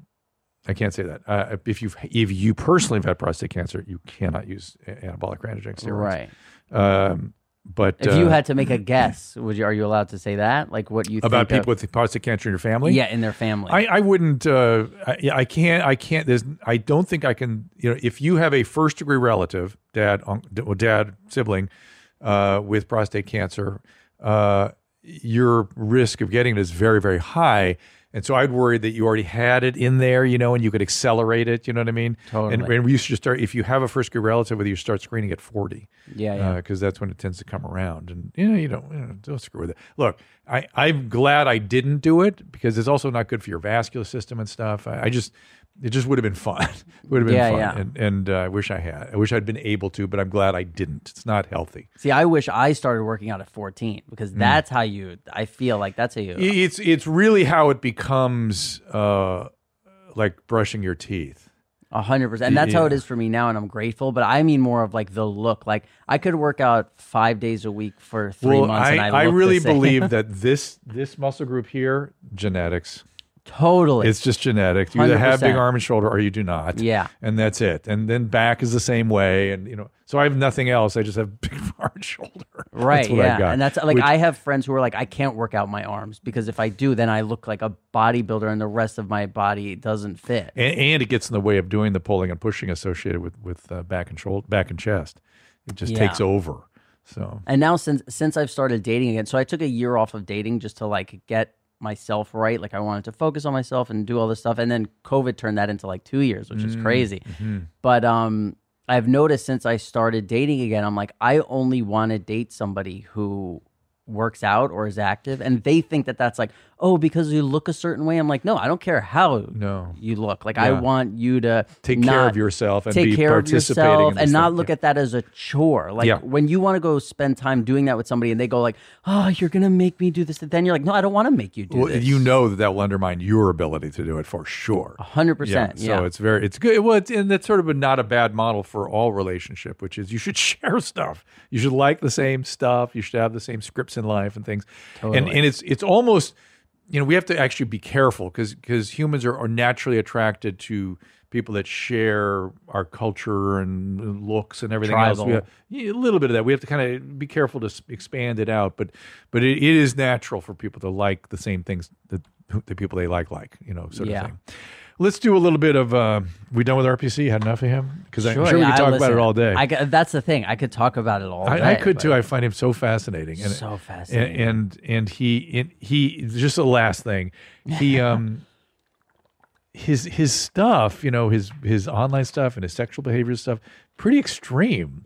I can't say that. Uh, if you if you personally have had prostate cancer, you cannot use a- anabolic androgenic steroids.
Right.
Right. Um, but
If you
uh,
had to make a guess, would you? Are you allowed to say that? Like what you
about
think
people
of-
with prostate cancer in your family,
yeah, in their family.
I, I wouldn't. Uh, I, yeah, I can't. I can't. There's. I don't think I can. You know, if you have a first degree relative, dad, unc- d- or dad, sibling, uh, with prostate cancer, uh, your risk of getting it is very, very high. And so I'd worry that you already had it in there, you know, and you could accelerate it. You know what I mean?
Totally.
And, and you should start if you have a first degree relative, whether you start screening at forty
yeah, yeah.
because Uh, that's when it tends to come around. And you know, you don't you know, don't screw with it. Look, I I'm glad I didn't do it because it's also not good for your vascular system and stuff. I, I just it just would have been fun. it would have been
Yeah,
fun.
yeah.
And and uh, I wish I had. I wish I'd been able to, but I'm glad I didn't. It's not healthy.
See, I wish I started working out at 14 because
Hmm.
that's how you. I feel like that's how you.
I- It's it's really how it becomes uh, like brushing your teeth.
A hundred percent. And that's how it
Yeah.
is for me now, and I'm grateful. But I mean more of like the look. Like I could work out five days a week for three months,
I,
and I, look the
really
same.
believe that this this muscle group here genetics.
totally.
It's just genetics. You either have
100%.
big arm and shoulder or you do not.
Yeah.
And that's it. And then back is the same way. And, you know, so I have nothing else. I just have big arm and shoulder.
right.
That's what I
yeah,
got.
and that's like
Which-
I have friends who are like, I can't work out my arms because if I do, then I look like a bodybuilder, and the rest of my body doesn't fit.
and, and it gets in the way of doing the pulling and pushing associated with, with uh, back and shoulder, back and chest. It just
Yeah.
takes over. So
And now since since I've started dating again, so I took a year off of dating just to like get myself right. Like I wanted to focus on myself and do all this stuff. And then COVID turned that into like two years, which
Mm,
is crazy.
mm-hmm.
But um I've noticed since I started dating again, I'm like, I only want to date somebody who works out or is active, and they think that that's like, oh, because you look a certain way. I'm like, no, I don't care how
No.
you look. Like I
Yeah.
want you to
Take care
not-
of yourself and
take
be
care
participating
of yourself
in
and
this
not
thing.
look
Yeah.
at that as a chore. Like
Yeah.
when you want to go spend time doing that with somebody and they go like, "Oh, you're going to make me do this." Then you're like, "No, I don't want to make you do
Well,
this."
you know that that will undermine your ability to do it for sure.
100%.
Yeah.
Yeah.
So it's very, it's good. Well, it's, and that's sort of a, not a bad model for all relationship, which is you should share stuff. You should like the same stuff. You should have the same scripts in life and things. And and it's it's almost, you know, we have to actually be careful because because humans are, are naturally attracted to people that share our culture and looks and everything else. We
Tribal.
have- yeah, a little bit of that. We have to kind of be careful to s- expand it out, but but it, it is natural for people to like the same things that who- the people they like like, you know, sort
Yeah.
of thing. Let's do a little bit of. Uh, we done with RPC? Had enough of him? Because I'm sure we could
yeah, I
talk about
listen.
it all day.
I, ca- that's the thing. I could talk about it all day.
I, I could
but
too. I find him so fascinating. And,
So fascinating.
And and, and he and he just the last thing. He um his his stuff, you know, his his online stuff and his sexual behavior stuff, pretty extreme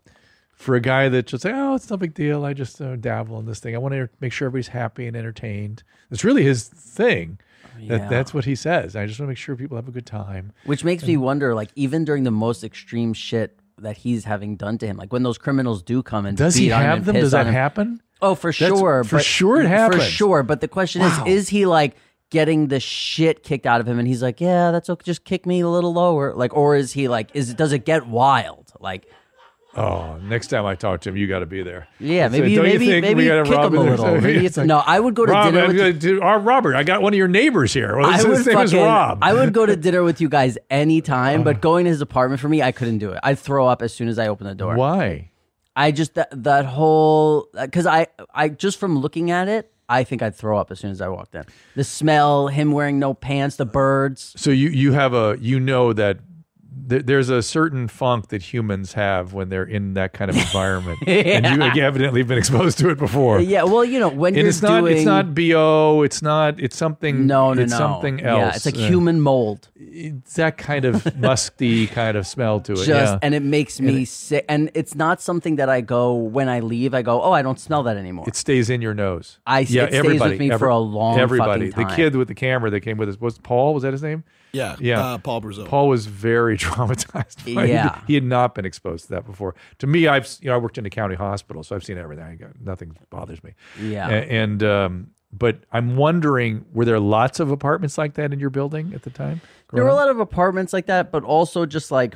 for a guy that just say, "Oh, it's no big deal. I just uh, dabble in this thing. I want to make sure everybody's happy and entertained." It's really his thing. That,
Yeah.
that's what he says. I just want to make sure people have a good time.
Which makes me wonder, like, even during the most extreme shit that he's having done to him, like when those criminals do come and
Does he
beat on him
have
and
them?
piss
Does
on
that
him-
happen?
Oh, for
That's-
sure.
for
but-
sure it
For
happens.
sure. But the question is, is he like getting the shit kicked out of him? And he's like, yeah, that's okay. Just kick me a little lower. Like, or is he like, is does it get wild? Like,
Oh, next time I talk to him, you got to be there.
yeah,
So
maybe
don't you
maybe
think
maybe
we gotta
kick
rob
him a
it or
little.
something?
Maybe it's,
It's like,
no, I would go to
Rob,
dinner.
I'm
With
gonna do- oh, Robert, I got one of your neighbors here. Well,
I
this
would
is the same as
fucking-
Rob.
I would go to dinner with you guys anytime, but going to his apartment for me, I couldn't do it. I'd throw up as soon as I opened the door.
Why?
I just that that whole because I I just from looking at it, I think I'd throw up as soon as I walked in. The smell, him wearing no pants, the birds.
So you you have a you know that th- there's a certain funk that humans have when they're in that kind of environment, and you like, evidently have been exposed to it before.
Yeah, well, you know when
And
you're
it's not
doing
it's not bo it's not it's something
no no
it's
no
something else
Yeah, it's like
Uh,
human mold.
it's that kind of musty kind of smell to it
Just
yeah.
and it makes me sick. And it's not something that I go when I leave. I go, oh, I don't smell that anymore.
It stays in your nose.
I- it stays with me for a long
Everybody,
fucking
the
time.
kid with the camera that came with us was Paul. Was that his name?
Yeah.
Yeah.
Uh, Paul Brazil.
Paul was very traumatized. by it.
Yeah.
he had not been exposed to that before. To me, I've you know I worked in a county hospital, so I've seen everything. I got, nothing bothers me.
Yeah.
A- and um, but I'm wondering, were there lots of apartments like that in your building at the time?
There were
growing
a
up?
lot of apartments like that, but also just like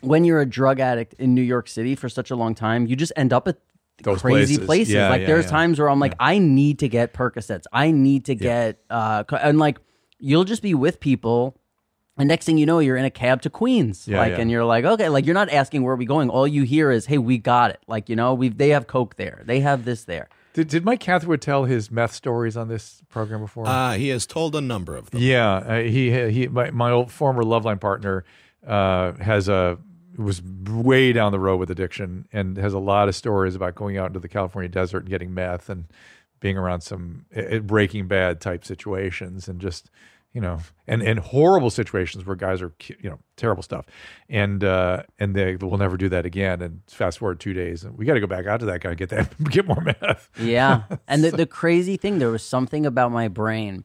when you're a drug addict in New York City for such a long time, you just end up at
Those
crazy
places.
places.
Yeah,
like
yeah,
there's
yeah.
times where I'm like, I need to get Percocets. I need to get uh, co- and like you'll just be with people. And next thing you know, you're in a cab to Queens,
Yeah,
like,
yeah.
and you're like, okay, like you're not asking where are we going. All you hear is, hey, we got it. Like, you know, we they have coke there, they have this there.
Did, did Mike Catherwood tell his meth stories on this program before?
Uh, he has told a number of them.
Yeah, uh, he he. My, my old former Loveline partner uh, has a was way down the road with addiction and has a lot of stories about going out into the California desert and getting meth and being around some uh, Breaking Bad type situations and just you know and and horrible situations where guys are ki- you know terrible stuff and uh and they will never do that again and fast forward two days and we got to go back out to that guy and get that get more meth
Yeah. And the, the crazy thing, there was something about my brain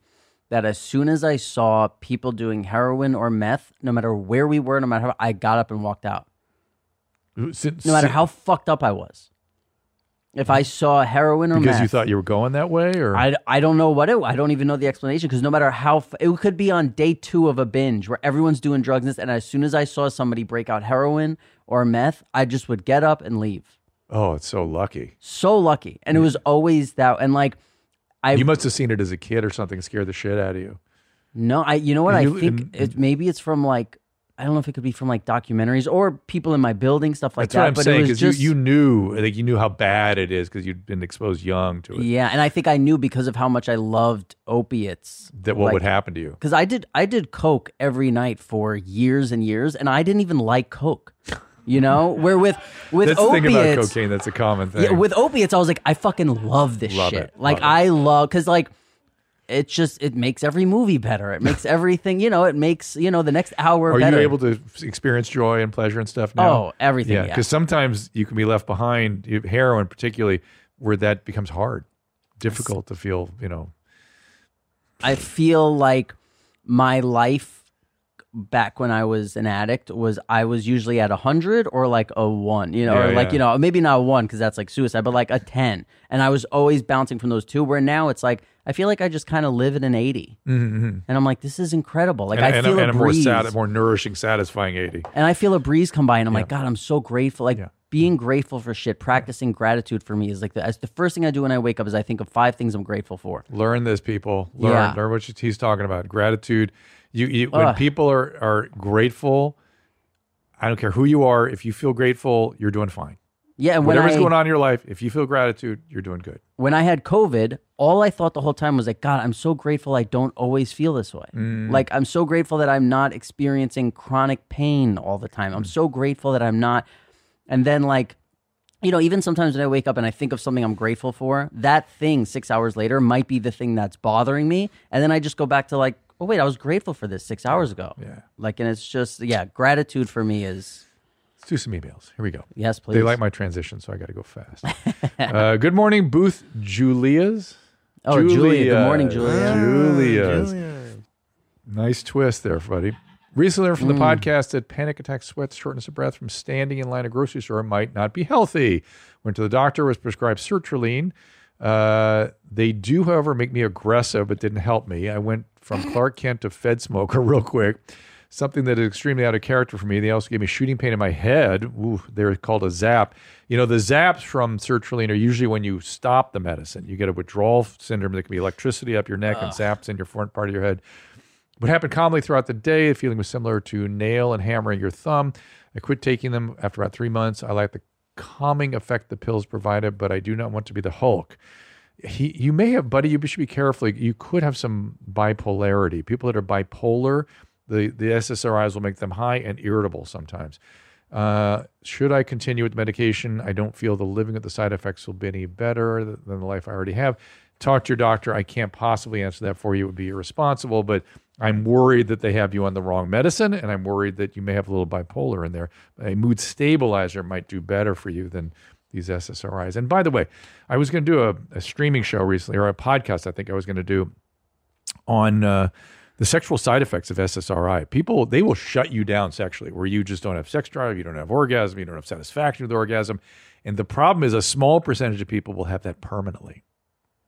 that as soon as I saw people doing heroin or meth, no matter where we were, no matter how, I got up and walked out.
Since-
No matter how fucked up I was. If I saw heroin or
because
meth,
you thought you were going that way or
I, I don't know what it I don't even know the explanation because no matter how f- it could be on day two of a binge where everyone's doing drugs and this, and as soon as I saw somebody break out heroin or meth, I just would get up and leave.
oh it's so lucky
So lucky, and it was always that. And like I
you must have seen it as a kid or something scared the shit out of you.
No, I. You know what?
You-
I think
and-
it, maybe it's from like I don't know if it could be from like documentaries or people in my building stuff like
That's
that.
what I'm
but
saying
it
because
was just
you, you knew like you knew how bad it is because you'd been exposed young to it.
yeah, and I think I knew because of how much I loved opiates
That what would
like-
happen to you?
Because I did I did coke every night for years and years, and I didn't even like coke. You know, where with with
That's
opiates,
the thing about cocaine. That's a common thing.
Yeah, with opiates, I was like, I fucking love this
Love
shit.
it,
Like
love it.
I love because like it just it makes every movie better. It makes everything you know. It makes you know the next hour.
Are
better.
you able to experience joy and pleasure and stuff now?
Oh, everything,
Yeah,
yeah.
because sometimes you can be left behind. you- Heroin, particularly, where that becomes hard. difficult to feel, you know,
I feel like my life back when I was an addict was I was usually at a hundred or like a one, you know, or
Yeah,
like
yeah.
you know maybe not a one because that's like suicide, but like a ten, and I was always bouncing from those two. Where now it's like I feel like I just kind of live at an 80 and I'm like this is incredible. Like
Mm-hmm, and,
I
and,
feel
and
a
a more
breeze,
sat, more nourishing, satisfying eighty.
and I feel a breeze come by, and I'm like God, I'm so grateful. Like
Yeah.
being grateful for shit, practicing gratitude for me is like the, as the first thing I do when I wake up is I think of five things I'm grateful for.
Learn this, people. Learn,
Yeah.
learn what he's talking about. Gratitude. You, you when
Ugh.
people are are grateful, I don't care who you are. If you feel grateful, you're doing fine.
Yeah, and when
Whatever's
I,
going on in your life, if you feel gratitude, you're doing good.
when I had COVID, all I thought the whole time was like, God, I'm so grateful I don't always feel this way. Like, I'm so grateful that I'm not experiencing chronic pain all the time. I'm so grateful that I'm not. And then, like, you know, even sometimes when I wake up and I think of something I'm grateful for, that thing six hours later might be the thing that's bothering me. And then I just go back to, like, oh, wait, I was grateful for this six hours ago.
Yeah.
Like, and it's just, yeah, gratitude for me is,
Let's do some emails. Here we go.
yes, please.
They like my transition, so I got to go fast. uh, good morning, Booth Julias.
oh, Julia. Good morning, Julia.
Julia's. Nice twist there, buddy. Recently learned from the podcast that panic attacks, sweats, shortness of breath from standing in line at a grocery store might not be healthy. Went to the doctor, was prescribed sertraline. Uh, they do, however, make me aggressive, but didn't help me. I went from Clark Kent to Fed Smoker real quick. Something that is extremely out of character for me. They also gave me shooting pain in my head. Ooh, they're called a zap. You know, the zaps from sertraline are usually when you stop the medicine. You get a withdrawal syndrome that can be electricity up your neck and zaps in your front part of your head. What happened commonly throughout the day, the feeling was similar to nail and hammering your thumb. I quit taking them after about three months. I like the calming effect the pills provided, but I do not want to be the Hulk. He, you may have, buddy, you should be careful. You could have some bipolarity. People that are bipolar, the, the SSRIs will make them high and irritable sometimes. Uh, should I continue with medication? I don't feel the living with the side effects will be any better th- than the life I already have. Talk to your doctor. I can't possibly answer that for you. It would be irresponsible, but I'm worried that they have you on the wrong medicine, and I'm worried that you may have a little bipolar in there. A mood stabilizer might do better for you than these SSRIs. And by the way, I was going to do a, a streaming show recently, or a podcast, I think I was going to do on uh, the sexual side effects of SSRI. People they will shut you down sexually, where you just don't have sex drive, you don't have orgasm, you don't have satisfaction with orgasm, and the problem is a small percentage of people will have that permanently.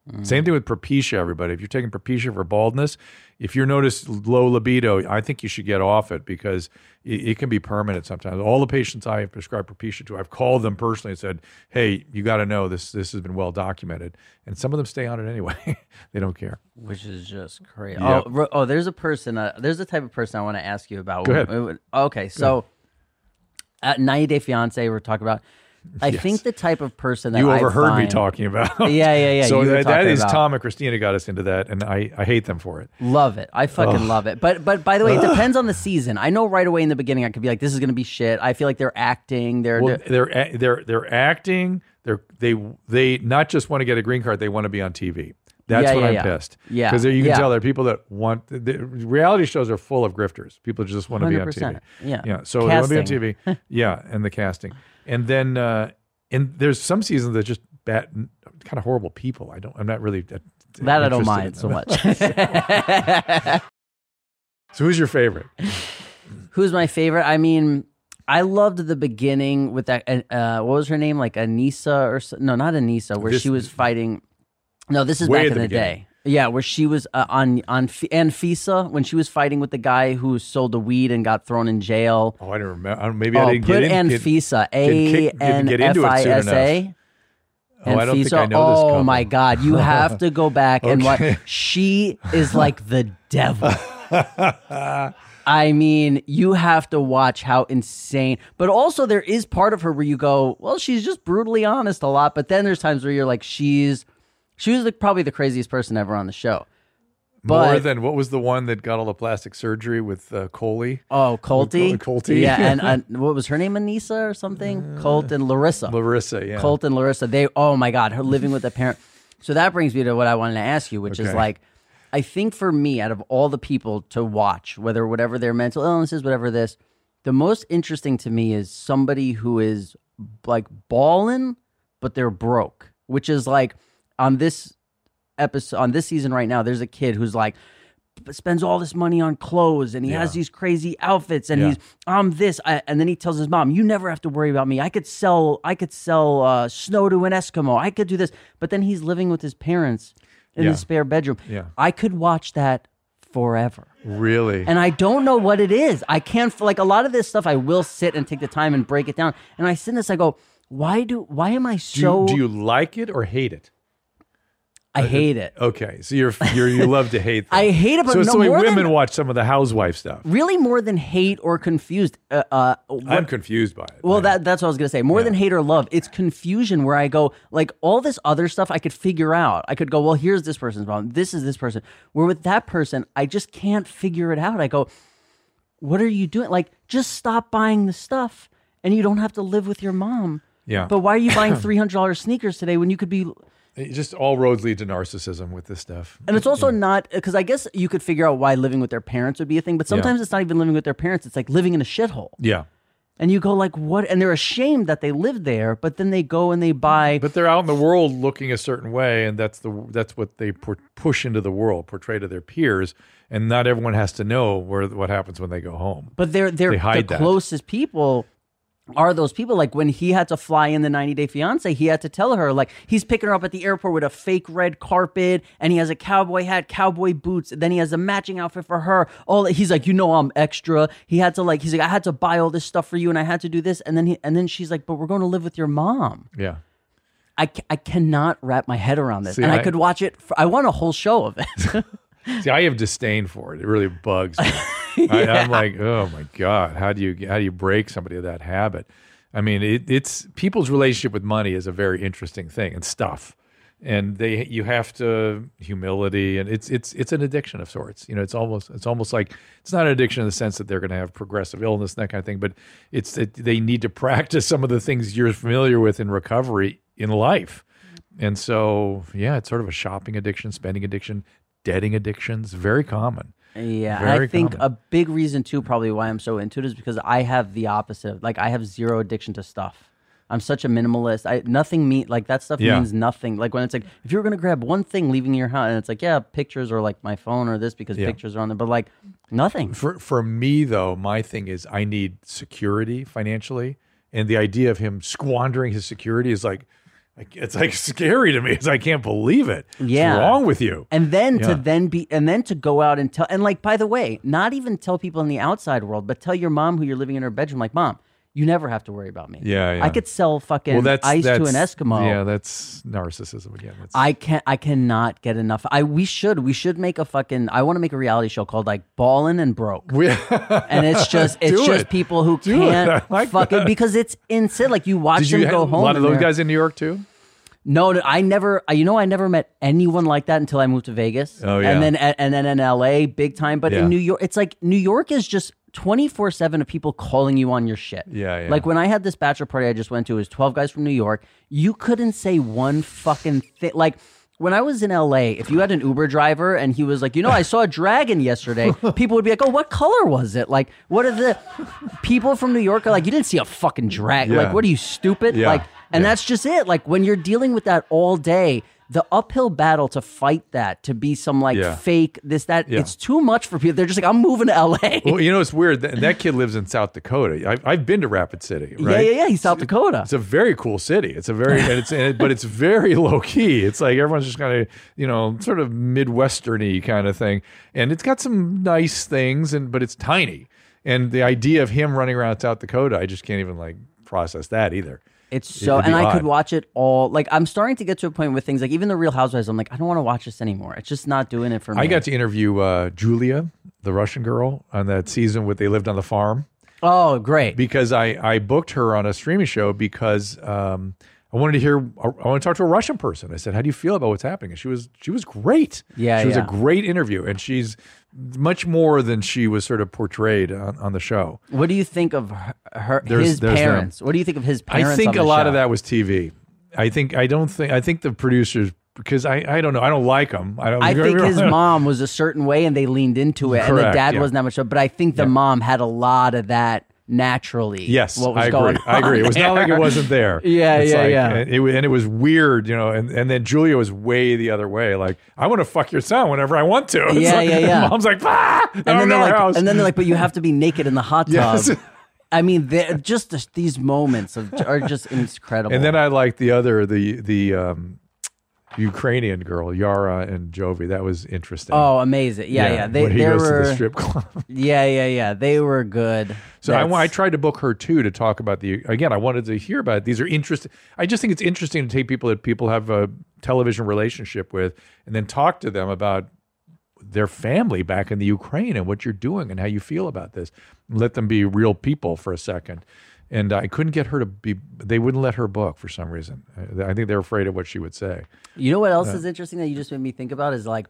Mm-hmm. Same thing with propecia, everybody. If you're taking propecia for baldness, if you notice low libido, I think you should get off it because it, it can be permanent sometimes. All the patients I have prescribed propecia to, I've called them personally and said, "Hey, you got to know this. This has been well documented." And some of them stay on it anyway; they don't care.
which is just crazy.
Yep.
Oh, ro- oh, there's a person. Uh, there's a type of person I want to ask you about.
Go ahead.
Okay, so at 90 Day Fiance, we're talking about. I think the type of person that
you
I
overheard me
find-
talking about.
Yeah, yeah, yeah,
So
you were
that- that
talking
is
about-
Tom and Christina got us into that, and I, I hate them for it.
Love it. I fucking love it. But but by the way, it depends on the season. I know right away in the beginning I could be like, this is gonna be shit. I feel like they're acting. They're,
Well,
they're-
they're a- they're they're acting. They're they they not just want to get a green card. They want to be on TV. That's
Yeah,
what
yeah,
I'm
yeah.
pissed.
Yeah,
because you can
yeah.
tell there are people that want the reality shows are full of grifters. People just want to be on TV.
100%. Yeah.
yeah. So they want to
Casting.
be on TV. yeah, and the casting, and then uh, and there's some seasons that just bat kind of horrible people. I don't. I'm not really that.
that I don't
interested
mind
in
so
them.
much.
so who's your favorite?
Who's my favorite? I mean, I loved the beginning with that. Uh, what was her name? Like Anissa or so, no, not Anissa, where
This-
she was fighting. No, this is
Way
back
at
in
the
the day. Yeah, where she was uh, on on F- Anfisa when she was fighting with the guy who sold the weed and got thrown in jail.
Oh, I don't remember. I don't- Maybe
oh,
I didn't
put
get in. get-
Anfisa,
didn't
A
kick- didn't
N
get
F
into it
I
soon
S A.
Oh, I don't think
Anfisa.
I know this
Oh
couple.
my God, you have to go back and watch.
Okay.
She is like the devil. I mean, you have to watch how insane. But also, there is part of her where you go, well, she's just brutally honest a lot. But then there's times where you're like, she's she was like probably the craziest person ever on the show.
More
But-
than what was the one that got all the plastic surgery with uh, Coley?
Oh, Colty,
Colty.
yeah, and, and what was her name, Anissa or something? Colt and Larissa.
Larissa, yeah.
Colt and Larissa, they oh my god, her living with a parent. So that brings me to what I wanted to ask you, which is
Okay.
like, I think for me, out of all the people to watch, whether whatever their mental illness is, whatever this, the most interesting to me is somebody who is like balling, but they're broke, which is like on this episode on this season right now, there's a kid who's like b- spends all this money on clothes and he has these crazy outfits and
Yeah.
he's I'm this I, and then he tells his mom, "You never have to worry about me. I could sell I could sell uh, snow to an Eskimo. I could do this." But then he's living with his parents in
Yeah.
the spare bedroom.
Yeah.
I could watch that forever.
Really?
And I don't know what it is. I can't like a lot of this stuff. I will sit and take the time and break it down. And I sit in this. I go, why do? Why am
do,
I
you-
so?
do you uh, like it or hate it?
I hate it.
Okay, so you're, you're you love to hate.
I
things.
hate it, but
so it's
no
the way
more
women
than-
watch some of the housewife stuff.
Really, more than hate or confused. Uh, uh,
I'm confused by it.
well, that that's what I was gonna say. More than hate or love, it's confusion. Where I go, like all this other stuff, I could figure out. I could go, well, here's this person's problem. This is this person. Where with that person, I just can't figure it out. I go, what are you doing? Like, just stop buying the stuff, and you don't have to live with your mom.
yeah.
But why are you buying three hundred dollars sneakers today when you could be?
It just all roads lead to narcissism with this stuff.
And it's also not because I guess you could figure out why living with their parents would be a thing, but sometimes it's not even living with their parents. It's like living in a shithole,
Yeah,
and you go like, what? And they're ashamed that they lived there, but then they go and they buy.
but they're out in the world looking a certain way, and that's the that's what they por- push into the world, portray to their peers, and not everyone has to know where what happens when they go home.
But they're they're
They hide
the
that.
closest people are those people. Like when he had to fly in the 90 Day Fiance, he had to tell her like he's picking her up at the airport with a fake red carpet, and he has a cowboy hat, cowboy boots, and then he has a matching outfit for her. All he's like, you know, I'm extra. He had to like he's like, I had to buy all this stuff for you, and I had to do this, and then he and then she's like, but we're going to live with your mom.
Yeah,
I ca- I cannot wrap my head around this,
See,
and I,
I-
could watch it. For, I want a whole show of it.
see, I have disdain for it. It really bugs me. I, I'm like, oh my god, how do you how do you break somebody of that habit? I mean, it, it's people's relationship with money is a very interesting thing and stuff, and they you have to humility and it's it's it's an addiction of sorts. You know, it's almost it's almost like it's not an addiction in the sense that they're going to have progressive illness and that kind of thing, but it's that they need to practice some of the things you're familiar with in recovery in life, and so yeah, it's sort of a shopping addiction, spending addiction, debting addictions, very common.
Yeah, I
Very
think
common.
a big reason too, probably why I'm so into it is because I have the opposite. Like I have zero addiction to stuff. I'm such a minimalist. I nothing mean like that stuff
Yeah.
means nothing. Like when it's like if you're gonna grab one thing leaving your house, and it's like yeah, pictures or like my phone or this because
Yeah.
pictures are on there, but like nothing.
for for me though, my thing is I need security financially, and the idea of him squandering his security is like, like, it's like scary to me. It's I can't believe it.
Yeah.
What's wrong with you?
And then to
Yeah.
then be and then to go out and tell and like by the way, not even tell people in the outside world, but tell your mom who you're living in her bedroom, like mom, you never have to worry about me.
Yeah, yeah.
I could sell fucking ice to an Eskimo.
Yeah, that's narcissism again. That's,
I can not I cannot get enough. I we should we should make a fucking I want to make a reality show called like Ballin' and Broke.
we,
And it's just it's
Do
just
it.
people who
Do it. I
can't
like
fucking
that.
because it's insane. Like you watch
did you
them
have
go home.
a lot of
and
those
they're-
guys in New York too?
No, no, I never. I- You know, I never met anyone like that until I moved to Vegas.
Oh, yeah.
and then and then in L.A. big time. But
Yeah.
in New York, it's like New York is just twenty four seven of people calling you on your shit.
Yeah, yeah.
Like when I had this bachelor party I just went to, it was twelve guys from New York. You couldn't say one fucking thing. Like. When I was in LA, if you had an Uber driver and he was like, you know, I saw a dragon yesterday, people would be like, oh, what color was it? Like, what are the people from New York are like, you didn't see a fucking dragon. Like,
Yeah.
what are you, stupid?
Yeah.
Like, and
Yeah.
that's that's just it. Like when you're dealing with that all day, the uphill battle to fight that, to be some like
Yeah.
fake this, that,
Yeah.
it's too much for people. They're just like, I'm moving to LA.
Well, you know it's weird. That, that kid lives in South Dakota. I've, I've been to Rapid City.
Yeah,
Right?
yeah, yeah. He's South Dakota.
It's a very cool city. It's a very, and it's, and it, but it's very low key. It's like everyone's just kind of, you know, sort of midwesterny kind of thing. And it's got some nice things, and but it's tiny. And the idea of him running around South Dakota, I just can't even like process that either.
It's so,
would
and
be
I could
odd.
watch it all. Like I'm starting to get to a point with things like even the Real Housewives. I'm like, I don't want to watch this anymore. It's just not doing it for me.
I got to interview uh, Julia, the Russian girl, on that season with They Lived on the Farm.
oh, great.
because I, I booked her on a streaming show because um, I wanted to hear I want to talk to a Russian person. I said, "How do you feel about what's happening?" And she was she was great.
Yeah,
she was
yeah.
a great interview, and she's much more than she was sort of portrayed on, on the show.
what do you think of her, her
There's-
his
there's them.
parents? What do you think of his parents?
I think
on
a
the
lot
show?
of that was TV. I think I don't think I think the producers because I, I don't know I don't like them. I don't.
I think his mom was a certain way and they leaned into it, and the
Correct,
dad
yeah.
wasn't that much. of- But I think the mom had a lot of that naturally.
Yes,
what
I
was
agree.
going
I agree. It
on
was not like it
there.
wasn't there.
Yeah,
It's
yeah,
like-
yeah.
And it, wa- and it was weird, you know. And, and then Julia was way the other way. Like, I want to fuck your son whenever I want to. It's
Yeah,
like-
yeah, yeah.
Mom's like, ah, and
And then they're like,
house.
and then they're like, but you have to be naked in the hot tub.
Yes.
I mean, they're- just the, these moments of, are just incredible.
And then uh, I liked the other, the the um, Ukrainian girl, Yara and Jovi. That was interesting.
oh, amazing! Yeah, yeah. They,
when he
they
goes
were,
to the strip club.
yeah, yeah, yeah. They were good.
So I, wa- I
That's-
tried to book her too to talk about the again. I wanted to hear about it. these are interesting. I just think it's interesting to take people that people have a television relationship with, and then talk to them about their family back in the Ukraine and what you're doing and how you feel about this. Let them be real people for a second. And I couldn't get her to be. They wouldn't let her book for some reason. Uh, I I think they're afraid of what she would say.
You know what else is interesting that you just made me think about is like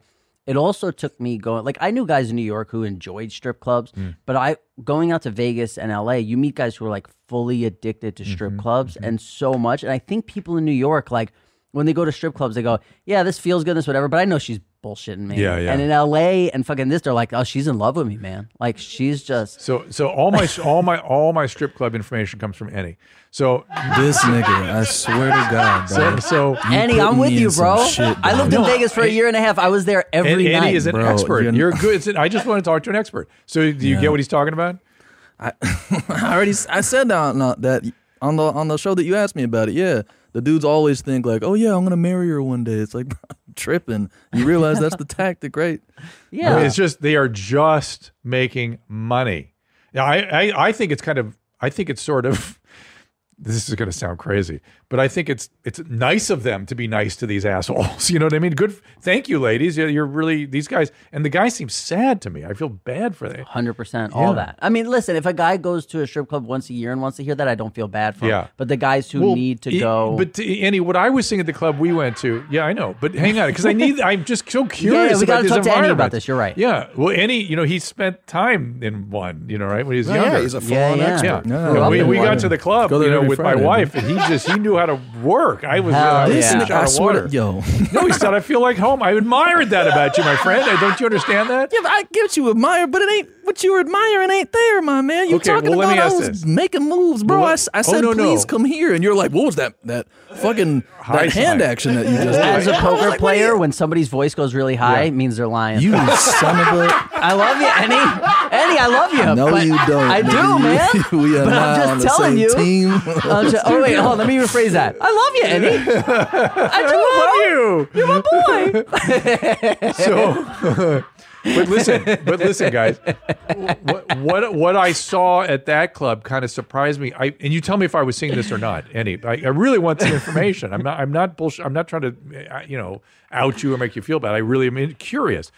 it also took me going like I knew guys in New York who enjoyed strip clubs, but I going out to Vegas and LA, you meet guys who are like fully addicted to strip clubs and so much. And I think people in New York like when they go to strip clubs, they go, "Yeah, this feels good, this whatever," but I know she's bullshitting me.
Yeah, yeah.
And in LA and fucking this, they're like, "Oh, she's in love with me, man." Like she's just
So, so all my all my all my strip club information comes from any. So,
This nigga, I swear to God,
so,
dog.
so
Annie,
put
I'm
me
with
in
you,
some
bro.
shit,
I lived in
dog.
Vegas for a year and a half. I was there
and
every night.
Eddie is an
Bro,
expert. You're,
you're-
good. It's an- I just want to talk to an expert. So do you get what he's talking about?
I already s- I said that on, uh, that on the on the show that you asked me about it. Yeah, the dudes always think like, oh yeah, I'm gonna marry her one day. It's like bro, I'm tripping. You realize that's the tactic, right?
yeah.
It's just they are just making money. Now, I, I I think it's kind of I think it's sort of this is going to sound crazy, but I think it's it's nice of them to be nice to these assholes. You know what I mean? Good. Thank you, ladies. You're, you're really these guys, and the guy seems sad to me. I feel bad for them.
Hundred percent, all
Yeah.
that. I mean, listen, if a guy goes to a strip club once a year and wants to hear that, I don't feel bad for him.
Yeah.
But the guys who
Well,
need to
it-
go,
But to, Annie, what I was seeing at the club we went to, yeah, I know. But hang on, because I need. I'm just so curious.
we
about
gotta
this
talk to Annie about
environment.
this, you're right.
Yeah. Well, Annie, you know, he spent time in one. You know, right when he was
Yeah,
younger.
he's a full
Yeah,
on
yeah.
expert.
yeah,
No,
And
I've
we,
been
we got
wanting
to the
to
club,
go there
you know,
every
with my
Friday.
wife, and he just he knew how to work. I was, uh,
Hell
I was
This
Yeah.
a
nigga,
shot
I
of
swear,
water.
to, yo.
no, he said I feel like home. I admired that about you, my friend. I, don't you understand that?
Yeah, but I get what you admire, but it ain't what you admire. It ain't there, my man. You
Okay,
talking
well, let
about
me ask
I was
this.
making moves, bro.
Well,
I,
let-
s- I
oh,
said,
no, no.
please come here, and you're like, what was that? That fucking
High
that hand
five.
action that you just did.
as a
I was
poker
like, what are you-
player, when somebody's voice goes really high, it means they're lying.
You son of a.
I love you, Annie. Annie, I love you.
No,
but
you don't.
I do, man.
nigga. we are
but
not
I'm just
on the
telling
same
you.
team.
I'm ju- oh wait, hold. on, Let me rephrase that. I love you, Annie. I
you.
do, bro. You're my boy.
So, but listen, but listen, guys. What, what what I saw at that club kind of surprised me. I and you tell me if I was seeing this or not. Any, I, I really want some information. I'm not. I'm not bullshit. I'm not trying to, uh, you know, out you or make you feel bad. I really am in- curious.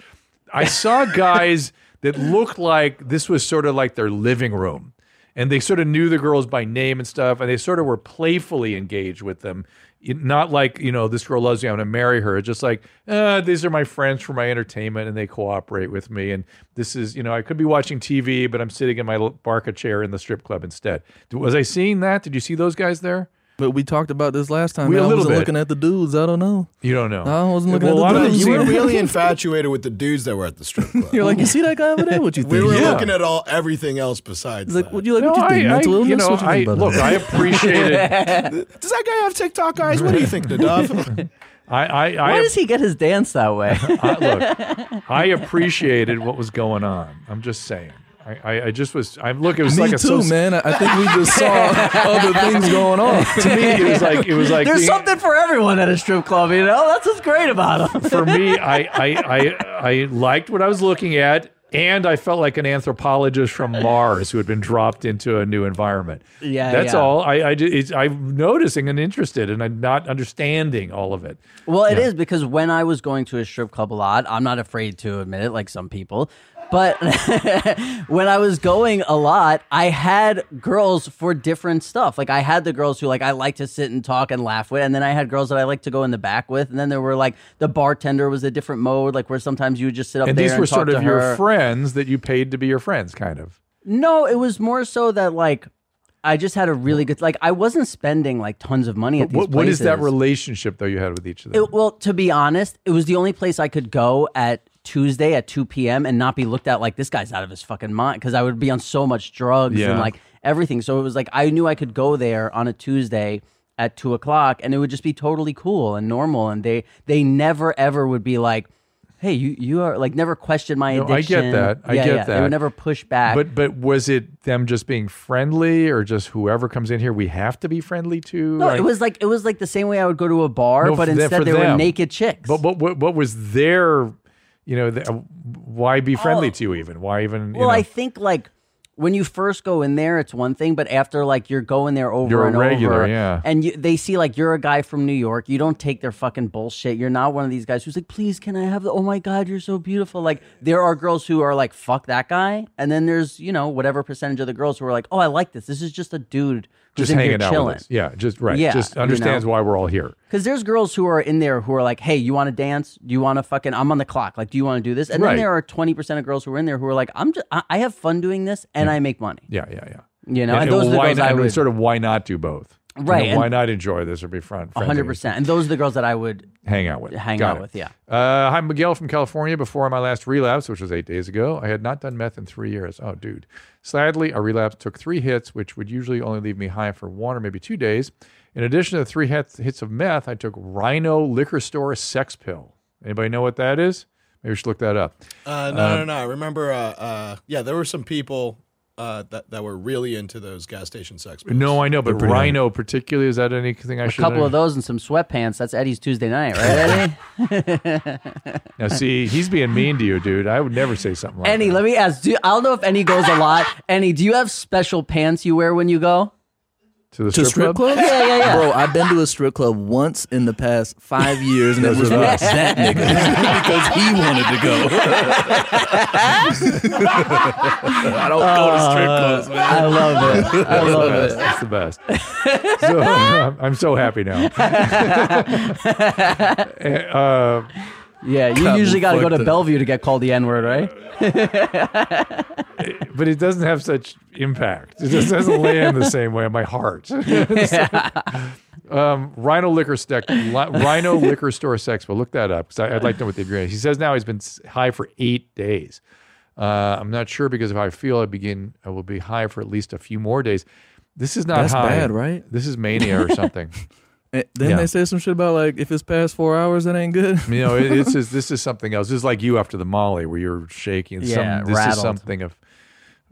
I saw guys that looked like this was sort of like their living room. And they sort of knew the girls by name and stuff, and they sort of were playfully engaged with them. It- Not like, you know, this girl loves me, I'm gonna marry her. It's just like, uh, these are my friends for my entertainment and they cooperate with me. And this is, you know, I could be watching TV, but I'm sitting in my l- barca chair in the strip club instead. Was I seeing that? Did you see those guys there?
But we talked about this last time.
We a
man. I
little
wasn't
bit.
looking at the dudes. I don't know.
You don't know.
I wasn't looking
Well,
at
a lot
the
of them
dudes.
uh, You were
seem-
really infatuated with the dudes that were at the strip club.
You're like, you see that guy over there? What you think?
we were
Yeah.
looking at all everything else besides
It's like,
that.
what you like?
No,
what you think?
I, I,
Mental illness?
you know,
what you
I
think about
look,
that?
I appreciate it.
Does that guy have TikTok eyes? What do you think, Nadav?
I, I, I,
Why does he get his dance that way?
I, look, I appreciated what was going on. I'm just saying. I, I, I just was. I look. It was
Me
like a
too,
soci-
man. I, I think we just saw other things going on.
To me, it was like it was like
There's
being-
something for everyone at a strip club, you know. That's what's great about them.
for me. I, I I I liked what I was looking at, and I felt like an anthropologist from Mars who had been dropped into a new environment.
Yeah,
that's
yeah.
all. I I ju- it's, I'm noticing and interested, and I'm not understanding all of it.
Well, it is because when I was going to a strip club a lot, I'm not afraid to admit it, like some people. But when I was going a lot, I had girls for different stuff. Like I had the girls who like I like to sit and talk and laugh with, and then I had girls that I like to go in the back with, and then there were like the bartender was a different mode, like where sometimes you would just sit up
And
there
these
and
were
talk
sort
to
of your
her.
friends that you paid to be your friends, kind of.
No, it was more so that like I just had a really good like I wasn't spending like tons of money at these
What, what is that
places.
relationship though you had with each of them?
It, well, to be honest, it was the only place I could go at Tuesday at 2 p.m. and not be looked at like this guy's out of his fucking mind because I would be on so much drugs
Yeah.
and like everything. So it was like I knew I could go there on a Tuesday at two o'clock, and it would just be totally cool and normal. And they they never ever would be like, "Hey, you you are like never question my
No, I get
addiction."
that. I
yeah,
get
yeah. They
that.
would never push back.
But but was it them just being friendly, or just whoever comes in here we have to be friendly to?
no,
I-
it was like it was like the same way I would go to a bar,
No,
but
for the-
instead
for
they were
them.
naked chicks.
But what what, what was their, you know, the, uh, why be friendly to you even? Why even? you
Oh. Well, I
know,
think like when you first go in there, it's one thing, but after like you're going there over
You're a
and
regular,
over,
yeah.
and you, they see like you're a guy from New York, you don't take their fucking bullshit. You're not one of these guys who's like, please, can I have the? Oh my god, you're so beautiful. Like there are girls who are like, fuck that guy, and then there's you know whatever percentage of the girls who are like, oh, I like this. This is just a dude who's
just
in
hanging
here
out
chilling.
with us. Yeah, just right.
Yeah,
just
you know.
understands why we're all here.
Because there's girls who are in there who are like, hey, you want to dance? Do you want to fucking, I'm on the clock. Like, do you want to do this? And
Right.
then there are 20% of girls who are in there who are like, I'm just, I, I have fun doing this and I make money.
Yeah, yeah, yeah.
You know, and,
and,
those are the
why
girls
not,
I
and
would
sort of why not do both? You know,
Right, and-
why not enjoy this or be friend? friendly?
100%. And those are the girls that I would
hang out with.
Hang
Got
out
it.
with, yeah.
Uh, hi, Miguel from California. Before my last relapse, which was eight days ago, I had not done meth in three years. Oh, dude. Sadly, a relapse took three hits, which would usually only leave me high for one or maybe two days. In addition to the three hits, hits of meth, I took Rhino Liquor Store Sex Pill. Anybody know what that is? Maybe we should look that up.
Uh, no, no, no. I remember. Uh, uh, yeah, there were some people uh, that that were really into those gas station sex. Pills.
No, I know, but Rhino particularly is that anything I
a
should?
couple of those and some sweatpants. That's Eddie's Tuesday night, right, Eddie?
Now, see, he's being mean to you, dude. I would never say something like
Annie,
that.
let me ask. Do, I don't know if Annie goes a lot. Annie, do you have special pants you wear when you go?
to the
To strip club?
Yeah, yeah, yeah.
Bro, I've been to a strip club once in the past five years, and it was
what I-
with that nigga because he wanted to go. I don't go to strip clubs, man.
I love it. I love it.
That's the best. That's the best. so, I'm I'm so happy now. uh,
Yeah, you
God,
usually got to go to
fuck that.
Bellevue to get called the N word, right?
but it doesn't have such impact. It just doesn't land the same way in my heart. um, Rhino liquor stack, li- Rhino liquor store sex. But look that up because I'd like to know what the agreement. is. He says now he's been s- high for eight days. Uh, I'm not sure because if I feel I begin, I will be high for at least a few more days. This is not
That's
high.
bad, right?
This is mania or something.
And then
Yeah.
they say some shit about like if it's past four hours, that ain't good.
you know, it, it's just, this is something else. This is like you after the Molly, where you're shaking. Some-
Yeah,
this is
rattled.
something of.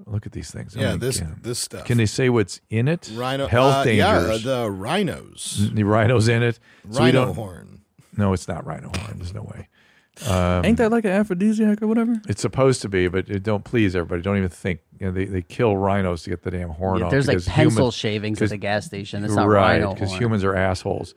Look at these things. Oh
Yeah,
my
this
God.
this stuff.
Can they say what's in it?
rhino
health
uh,
dangers.
Yeah, the rhinos.
the rhino's in it. So we
Rhino
don't-
horn.
No, it's not rhino horn. There's no way.
ain't that like an aphrodisiac or whatever?
It's supposed to be, but it don't please everybody. Don't even think. You know, they they kill rhinos to get the damn horn
Yeah,
off.
there's like
because
pencil
humans-
shavings at
because-
the gas station. It's not
right,
rhino
because
horn.
humans are assholes.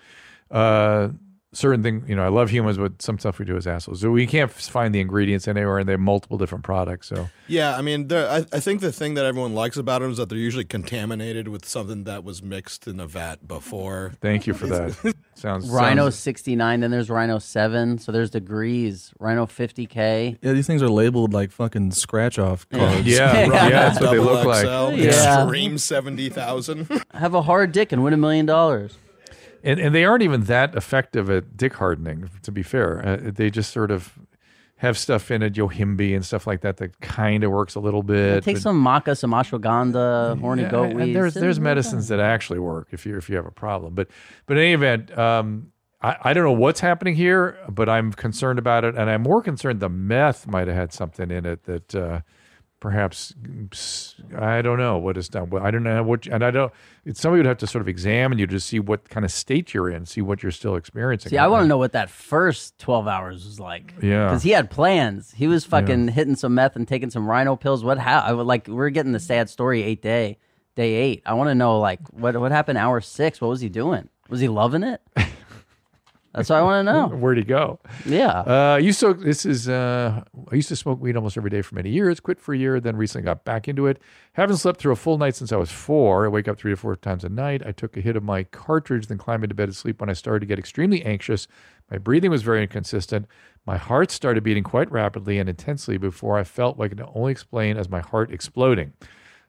Uh, certain thing, you know, I love humans, but some stuff we do is assholes. So we can't find the ingredients anywhere, and they have multiple different products. So
Yeah, I mean, they're- I, I think the thing that everyone likes about them is that they're usually contaminated with something that was mixed in a vat before.
Thank you for that. sounds
Rhino
sounds-
69, then there's Rhino 7, so there's degrees. Rhino 50K.
Yeah, these things are labeled like fucking scratch off cards.
Yeah, yeah, that's what they
Double
look like.
XL,
Yeah.
Extreme seventy thousand.
Have a hard dick and win a million dollars.
And, and they aren't even that effective at dick hardening, to be fair. Uh, they just sort of have stuff in it, Yohimbe and stuff like that, that kind of works a little bit.
Take
but-
some maca, some ashwagandha, horny
Yeah,
goat
and
weed.
There's
Sit
there's
in the
medicines that actually work if you if you have a problem. But but in any event, um, I, I don't know what's happening here, but I'm concerned about it, and I'm more concerned the meth might have had something in it that uh, perhaps mm, I don't know what is done. Well, I don't know what, and I don't. It's, somebody would have to sort of examine you to see what kind of state you're in, see what you're still experiencing.
See, I want to know what that first 12 hours was like.
Yeah.
Because he had plans. He was fucking hitting some meth and taking some rhino pills. What how I would like we're getting the sad story eight day, day eight. I want to know like what what happened hour six? What was he doing? Was he loving it? That's what I want to know.
Where'd he go?
Yeah.
Uh, I used to. This is. Uh, I used to smoke weed almost every day for many years. Quit for a year, then recently got back into it. Haven't slept through a full night since I was four. I wake up three to four times a night. I took a hit of my cartridge, then climbed into bed to sleep. When I started to get extremely anxious, my breathing was very inconsistent. My heart started beating quite rapidly and intensely before I felt like I could only explain as my heart exploding.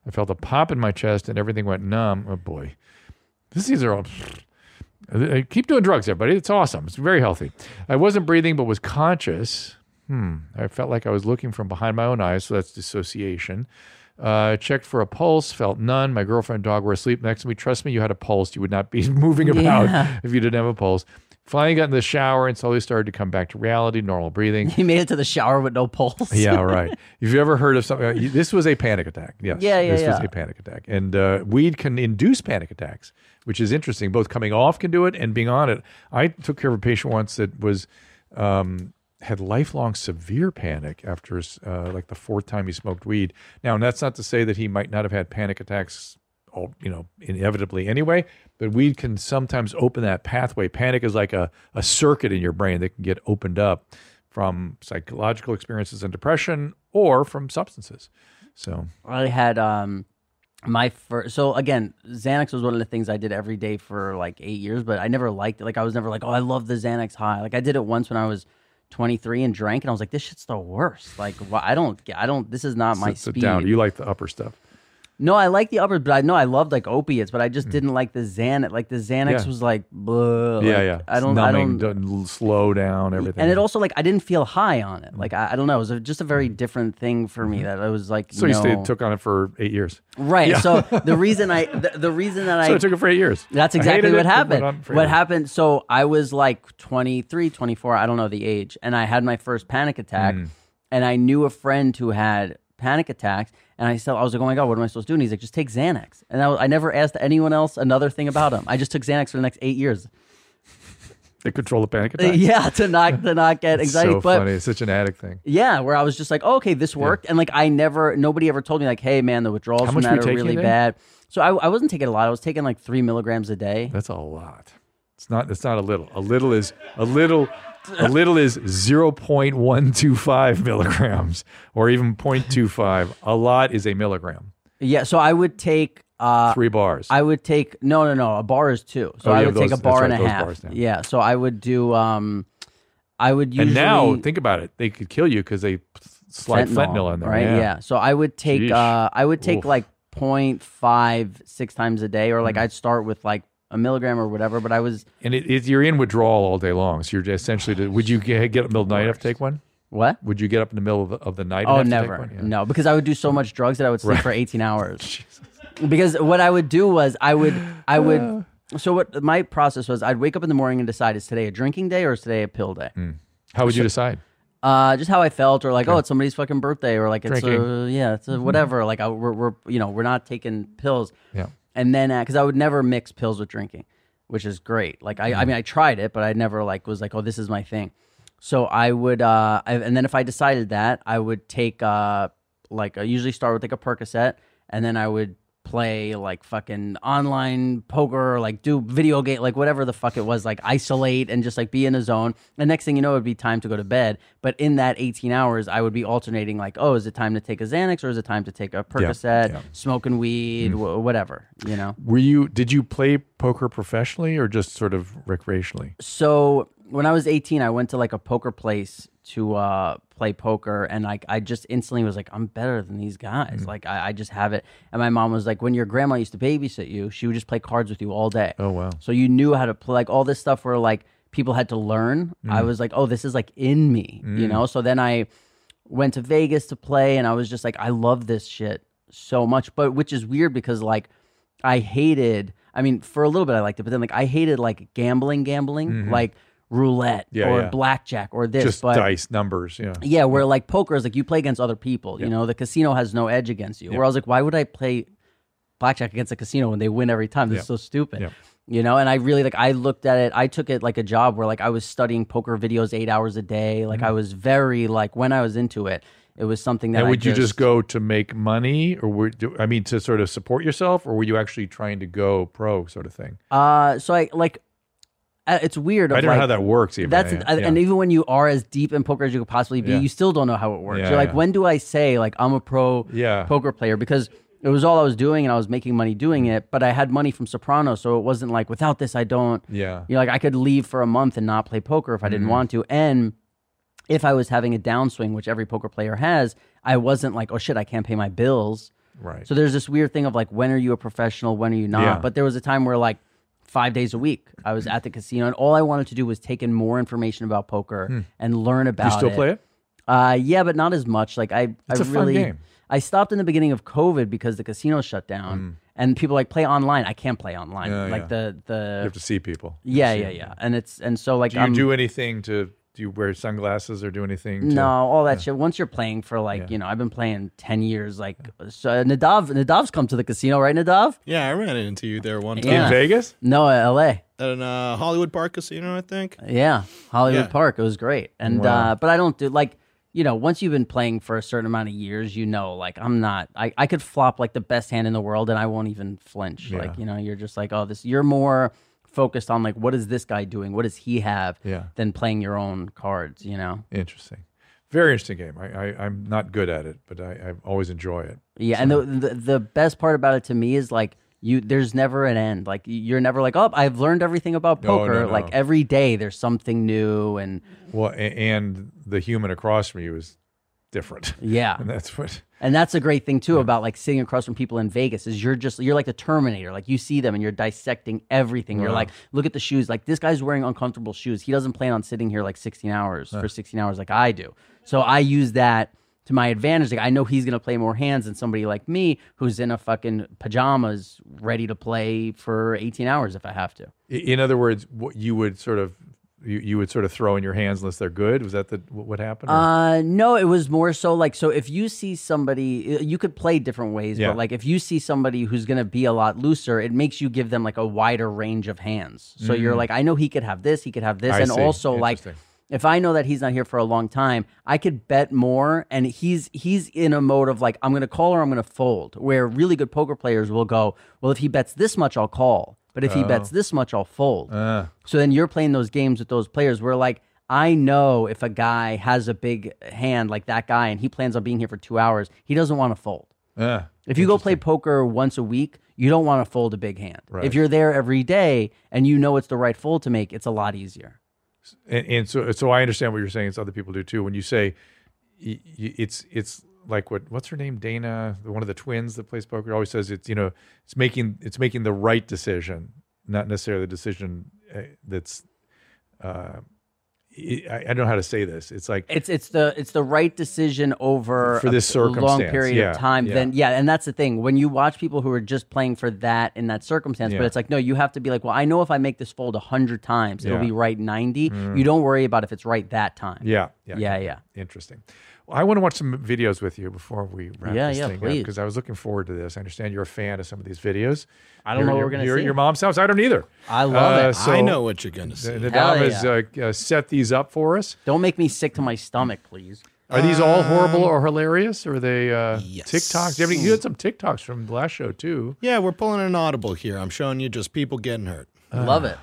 I felt a pop in my chest and everything went numb. Oh boy, this these are all. Uh, Keep doing drugs, everybody. It's awesome. It's very healthy. I wasn't breathing, but was conscious. Hmm. I felt like I was looking from behind my own eyes, so that's dissociation. Uh, checked for a pulse, felt none. My girlfriend and dog were asleep next to me. Trust me, you had a pulse. You would not be moving about if you didn't have a pulse. Finally got in the shower and slowly started to come back to reality, normal breathing.
He made it to the shower with no pulse.
yeah, right. If you ever heard of something, uh, you- this was a panic attack. Yes.
Yeah, yeah,
This was
yeah.
a panic attack. And uh, weed can induce panic attacks, which is interesting. Both coming off can do it and being on it. I took care of a patient once that was um, had lifelong severe panic after uh, like the fourth time he smoked weed. Now, and that's not to say that he might not have had panic attacks. All, you know, inevitably anyway, but weed can sometimes open that pathway. Panic is like a, a circuit in your brain that can get opened up from psychological experiences and depression or from substances. So,
I had um my first so again Xanax was one of the things I did every day for like 8 years but I never liked it like I was never like oh I love the Xanax high like I did it once when I was 23 and drank and I was like this shit's the worst like wh- I don't get- I don't this is not my
sit, sit
speed
down. You like the upper stuff.
No I like the uppers but I know I loved like opiates but I just didn't like the Xanax like the Xanax
Mm. Yeah.
was like bleh,
yeah,
like,
yeah.
I don't I
Numbing,
don't
don't slow down everything.
and it also like I didn't feel high on
Mm.
it like I, I don't know it was a- just a very different thing for me that I was like
Mm-hmm. so you
no.
stayed, took on it for eight years.
right so the reason I the, the reason that
So
I
it took it for eight years.
That's
I
exactly
hated
what
it, but went on
happened.
for
What
eight
happened? So I was like 23, 24, I don't know the age, and I had my first panic attack.
Mm.
And I knew a friend who had panic attacks, and I said, I was like, oh my God, what am I supposed to do? And he's like, just take Xanax. And I, was- I never asked anyone else another thing about him. I just took Xanax for the next eight years.
years. They control the panic attack.
Uh, Yeah, to not to not get
It's
anxiety.
so
but
funny. It's such an addict thing.
yeah, where I was just like, oh, okay, this worked, and like I never, nobody ever told me like, hey man, the withdrawals
How much
from
were you
that are
taking
really
a day?
bad. So I, I wasn't taking a lot. I was taking like three milligrams a day.
That's a lot. It's not. It's not a little. A little is a little. A little is zero point one two five milligrams, or even 0.25. A lot is a milligram.
Yeah, so I would take uh,
Three bars.
I would take no, no, no. A bar is two, so
Oh,
I
yeah,
would
those-
take a
that's
bar
right,
and a
those
half.
bars now.
yeah, so I would do. Um, I would usually
And now think about it. They could kill you because they slide fentanyl, in there.
right? Yeah. so I would take.
Sheesh.
Uh, I would take
Oof. Hmm.
like 0.5 six times a day, or like I'd start with like a milligram or whatever. But I was
And it, it, you're in withdrawal all day long. So you're essentially, to, would you get, get up in the middle of the night and have to take one?
what?
Would you get up in the middle of the, of the night?
Oh,
and have
never.
To take one?
No, because I would do so much drugs that I would sleep for 18 hours. because what I would do was I would I would so what my process was I'd wake up in the morning and decide is today a drinking day or is today a pill day.
Mm. How would you decide?
Uh, just how I felt, or like, oh, it's somebody's fucking birthday, or like, it's
Drinking.
a, yeah, it's a whatever. Like, I, we're, we're, you know, we're not taking pills.
Yeah.
And then, because I would never mix pills with drinking, which is great. Like,
Mm-hmm.
I, I mean, I tried it, but I never like was like, oh, this is my thing. So I would, uh, I, and then if I decided that, I would take, uh, like, I usually start with like a Percocet, and then I would play like fucking online poker, or, like do video game, like whatever the fuck it was, like isolate and just like be in a zone. And next thing you know, it would be time to go to bed. But in that 18 hours, I would be alternating like, oh, is it time to take a Xanax or is it time to take a Percocet,
yeah. Mm-hmm.
smoking weed, wh- whatever, you know?
Were you, did you play poker professionally or just sort of recreationally?
so when I was 18, I went to like a poker place to uh, play poker, and like I just instantly was like, I'm better than these guys.
Mm.
Like I, I just have it. And my mom was like, when your grandma used to babysit you, she would just play cards with you all day.
Oh, wow.
So you knew how to play like all this stuff where like people had to learn.
Mm.
I was like, oh, this is like in me, you know? So then I went to Vegas to play and I was just like, I love this shit so much. But which is weird because like I hated I mean, for a little bit I liked it, but then like I hated like gambling, gambling, like roulette
Mm-hmm. Yeah,
or
yeah.
blackjack or this.
Just
but
dice numbers. Yeah.
yeah, where like poker is like you play against other people. You know, the casino has no edge against you. Where I was like, why would I play blackjack against a casino when they win every time? This is so stupid.
Yeah.
You know, and I really like I looked at it. I took it like a job where like I was studying poker videos eight hours a day. Like I was very like when I was into it, it was something that
Mm-hmm. And
I
would you just go to make money or were, do, I mean, to sort of support yourself or were you actually trying to go pro sort of thing?
Uh, so I like uh, it's weird.
I
of,
don't know
like,
how that works even.
That's
yeah,
and-
yeah.
and even when you are as deep in poker as you could possibly be,
Yeah.
you still don't know how it works.
Yeah,
You're like,
yeah.
when do I say like I'm a pro
Yeah.
poker player? Because it was all I was doing, and I was making money doing it. But I had money from Soprano, so it wasn't like without this I don't.
Yeah. Mm-hmm.
You know, like I could leave for a month and not play poker if I didn't want to, and if I was having a downswing, which every poker player has, I wasn't like, oh shit, I can't pay my bills.
Right.
So there's this weird thing of like, when are you a professional? When are you not?
Yeah.
But there was a time where like five days a week I was at the casino and all I wanted to do was take in more information about poker and learn about
Hmm. you still
it.
play it?
Uh, yeah, but not as much. Like I,
It's
I
a fun
really,
game.
I stopped in the beginning of COVID because the casino shut down, and people like play online. I can't play online.
Hmm. Yeah,
like
yeah.
the
You
the
have to see people.
yeah um, yeah yeah, and it's and so like
Do you
I'm
do anything to? Do you wear sunglasses or do anything? To,
no all that shit. Once you're playing for like you know, I've been playing ten years. Like so, uh, Nadav Nadav's come to the casino, right? Nadav?
Yeah, I ran into you there one
in
time
Yeah.
Vegas.
No, uh, L.A.
at an uh, Hollywood Park Casino, I think.
Yeah, Hollywood
Yeah.
Park. It was great, and uh, but I don't do like you know once you've been playing for a certain amount of years, you know like I'm not. I I could flop like the best hand in the world, and I won't even flinch. Like you know, you're just like oh this. You're more focused on like what is this guy doing? What does he have?
Yeah.
Than playing your own cards. You know.
Interesting. Very interesting game. I, I I'm not good at it, but I, I always enjoy it.
Yeah, and the, the the best part about it to me is like you there's never an end. Like you're never like, "Oh, I've learned everything about
No, no,
poker."
no.
Like every day there's something new and
Well, a- and the human across from you is different,
yeah.
and that's what.
And that's a great thing too about like sitting across from people in Vegas is you're just you're like the Terminator. Like you see them and you're dissecting everything. You're like, look at the shoes. Like this guy's wearing uncomfortable shoes. He doesn't plan on sitting here like 16 hours for 16 hours like I do. So I use that to my advantage. Like I know he's gonna play more hands than somebody like me who's in a fucking pajamas ready to play for 18 hours if I have to.
i- In other words, what you would sort of you, you would sort of throw in your hands unless they're good. Was that the what what happened? or-
Uh, no, it was more so like so. If you see somebody, uh, you could play different ways,
Yeah.
but like if you see somebody who's gonna be a lot looser, it makes you give them like a wider range of hands. So you're like, I know he could have this, he could have this,
I
and
see.
also like.
Interesting.
If I know that he's not here for a long time, I could bet more, and he's he's in a mode of like I'm going to call or I'm going to fold. Where really good poker players will go, well, if he bets this much, I'll call, but if he
Oh.
bets this much, I'll fold.
Ah.
So then you're playing those games with those players where like I know if a guy has a big hand like that guy and he plans on being here for two hours, he doesn't want to fold.
Uh,
If you go play poker once a week, you don't want to fold a big hand. If you're there every day and you know it's the right fold to make, it's a lot easier.
and, and so so I understand what you're saying. It's other people do too. When you say y- y- it's it's like what what's her name Dana, the- one of the twins that plays poker, always says it's you know it's making it's making the right decision, not necessarily the decision uh, that's. Uh, I, I don't know how to say this. It's like
It's it's the it's the right decision over
For this
a long
circumstance,
period
yeah,
of time.
yeah.
Then yeah, and that's the thing when you watch people who are just playing for that in that circumstance,
Yeah.
but it's like no, you have to be like, well, I know if I make this fold hundred times,
Yeah. Mm-hmm.
it'll be right ninety. You don't worry about if it's right that time.
yeah,
yeah, yeah.
Interesting. Well, I want to watch some videos with you before we wrap
Yeah,
this
yeah,
thing
please.
because I was looking forward to this. I understand you're a fan of some of these videos. I
don't know what we're gonna
your,
see.
Your mom's house. I don't either.
I love
Uh,
it.
So
I know what you're gonna see.
The
Hell
Dom has uh, uh, set these up for us.
Don't make me sick to my stomach, please.
Are these all
Um,
horrible or hilarious? Or are they uh,
Yes.
TikToks? You, have any- you had some TikToks from the last show too.
yeah, we're pulling an audible here. I'm showing you just people getting hurt.
Uh.
Love it.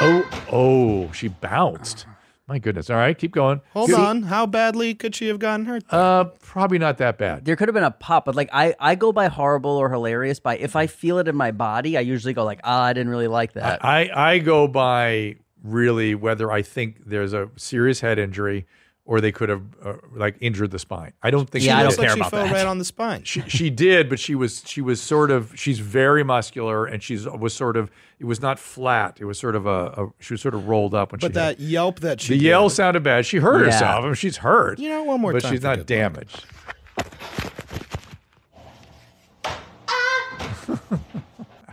Oh, oh, she bounced. My goodness. All right, keep going.
Hold on, how badly could she have gotten hurt?
Uh, probably not that bad.
There could have been a pop, but like I, I go by horrible or hilarious by if I feel it in my body, I usually go like, ah, I didn't really like that.
I, I go by really whether I think there's a serious head injury or they could have uh, like injured the spine. I don't think
Yeah,
she
I
really
Looks
don't
care
like she
about
fell
that.
right on the spine.
she, she did, but she was she was sort of she's very muscular and she's was sort of it was not flat. It was sort of a, a she was sort of rolled up when she
but
hit it.
that yelp that she
the
gave,
yell sounded bad. She hurt
Yeah.
herself. I mean, she's hurt.
You know, one more
but
time
she's
for
not
good
damaged.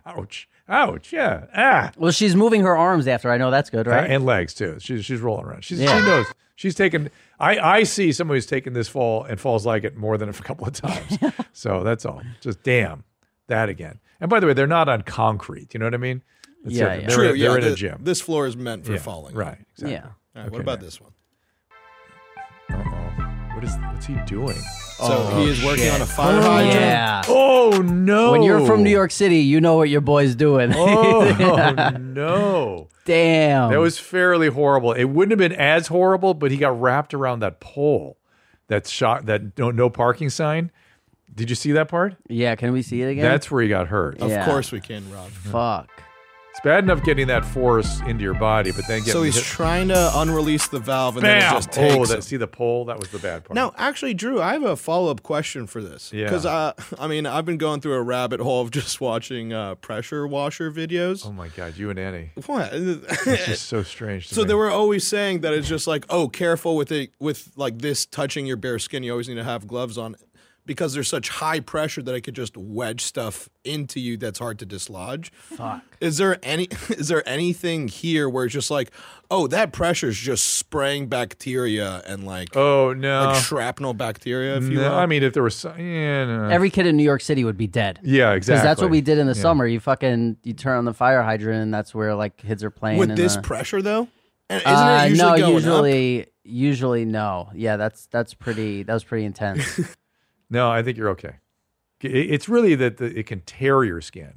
Ouch! Ouch! Yeah. Ah.
well, she's moving her arms after. I know that's good, right?
And legs too. She's she's rolling around. She's,
Yeah.
She knows. She's taken. I I see someone who's taken this fall and falls like it more than a couple of times. so that's all. Just damn that again. And by the way, they're not on concrete. You know what I mean? It's
Yeah,
a-
yeah.
They're,
True,
they're
yeah,
in a
the-
gym.
This floor is meant for
Yeah,
falling.
Right. Exactly.
Yeah.
All right, what
Okay,
about
now.
this one?
Uh-oh. What is what's he doing?
So he is working on a fire hydrant.
yeah.
Oh no!
When you're from New York City, you know what your boy's doing.
Oh no!
Damn.
That was fairly horrible. It wouldn't have been as horrible, but he got wrapped around that pole, that shot, that no, no parking sign. Did you see that part?
yeah, can we see it again?
That's where he got hurt.
Of
Yeah.
course we can, Rob.
fuck.
It's bad enough getting that force into your body, but then getting
So he's
hit-
trying to unrelease the valve and then it
bam.
just takes
Oh,
him.
that, see the pole? That was the bad part.
Now, actually, Drew, I have a follow up question for this.
Yeah.
Because uh, I mean, I've been going through a rabbit hole of just watching uh, pressure washer videos.
Oh my God, you and Annie.
What?
It's just so strange. To
so
me.
they were always saying that it's just like, oh, careful with it, with like this touching your bare skin. You always need to have gloves on because there's such high pressure that it could just wedge stuff into you that's hard to dislodge. Fuck. Is there any? Is there anything here where it's just like, oh, that pressure's just spraying bacteria and like.
Oh no.
Like shrapnel bacteria, if you
No,
will.
I mean, if there was, some, yeah, no.
Every kid in New York City would be dead.
yeah, exactly.
Because that's what we did in the
Yeah.
summer. You fucking you turn on the fire hydrant, and that's where like kids are playing.
with
in
this
the-
pressure though and isn't
Uh,
it usually
no,
going up
usually, usually no. Yeah, that's that's pretty. That was pretty intense.
No, I think you're okay. It- It's really that the, it can tear your skin,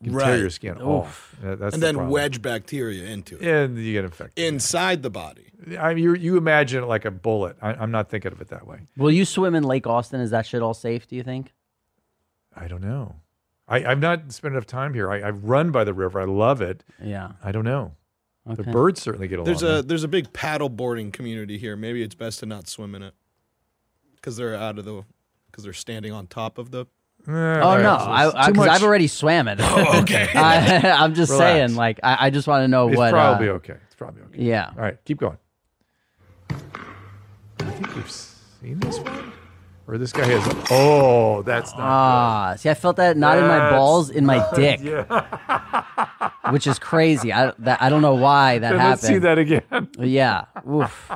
it can tear
Right.
your skin off. That- That's
and
the
then
problem.
wedge bacteria into it
and you get infected.
inside the body
I mean, you you imagine it like a bullet. I, I'm not thinking of it that way.
Will you swim in Lake Austin? Is that shit all safe? Do you think?
I don't know. I, I've not spent enough time here. I, I run by the river. I love it.
Yeah.
I don't know.
Okay.
The birds certainly get along.
there's a there's a big paddle boarding community here maybe it's best to not swim in it because they're out of the because they're standing on top of the
Eh,
Oh
all right,
no,
so it's
I, I,
too
'cause
much-
I've already swam it. Oh, okay. I, am just
Relax.
saying, like, I, I just want to know
It's
what.
probably
uh,
okay. It's probably okay.
yeah.
All right, keep going. I think we've seen this one, or this guy has. Oh, that's not.
Ah, see, I felt that not in my
That's-
balls, in my dick, which is crazy. I that, I don't know why that
good.
happened.
Let's see that again.
Yeah. Oof.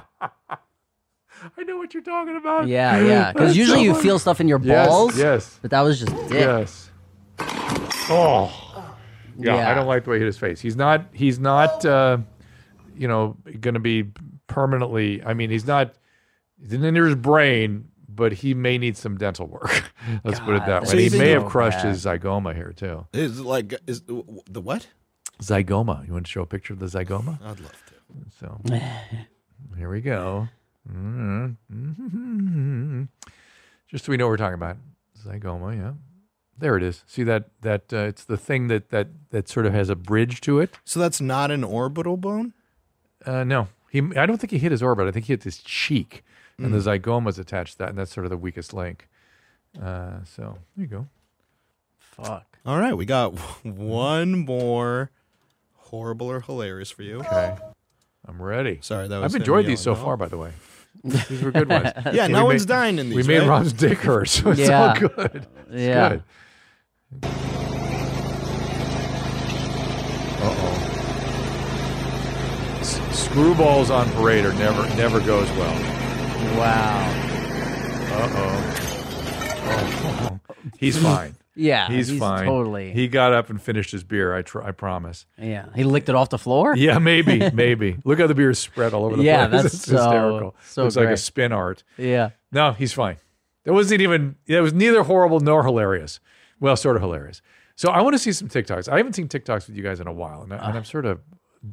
I know what you're talking about.
Yeah, yeah. Because
That's
usually you
so-
feel stuff in your
Yes,
balls.
yes.
But that was just dick.
Yes. Oh. Yeah,
Yeah.
I don't like the way he hit his face. He's not. He's not. Uh, you know, going to be permanently. I mean, he's not. He's in his brain, but he may need some dental work. Let's put it that way.
that's
And he
so
may have crushed
bad.
his zygoma here too.
is like is the what
Zygoma. You want to show a picture of the zygoma?
i'd love to
So here we go. Mm-hmm. Just so we know what we're talking about. Zygoma, yeah. There it is. See that that uh, it's the thing that that that sort of has a bridge to it.
so that's not an orbital bone
Uh, no, he. I don't think he hit his orbit. I think he hit his cheek, and the zygoma's attached to that, and that's sort of the weakest link. Uh, so there you go.
Fuck.
all right we got one more horrible or hilarious for you
Okay, I'm ready.
sorry that was
I've
him
enjoyed these so
yelling,
far, by the way. These were good ones.
no? yeah
We
no
made-
one's dying in
We
these
made
right?
Rob's dick hurt, so it's
Yeah.
all good. It's
Yeah.
good. Uh-oh. S- Screwballs on parade are never never goes well.
Wow.
Uh-oh. oh. He's fine.
Yeah.
He's, fine.
Ah, Totally.
He got up and finished his beer. I tr- I promise.
yeah. He licked it off the floor.
Yeah, maybe, maybe. Look how the beer is spread all over the
Yeah,
place.
that's
it's
so-
hysterical.
so
Looks like a
great.
spin art.
Yeah.
No, he's fine. That wasn't even. That was neither horrible nor hilarious. Well, sort of hilarious. So I want to see some TikToks. I haven't seen TikToks with you guys in a while, and,
Ah.
I, and I'm sort of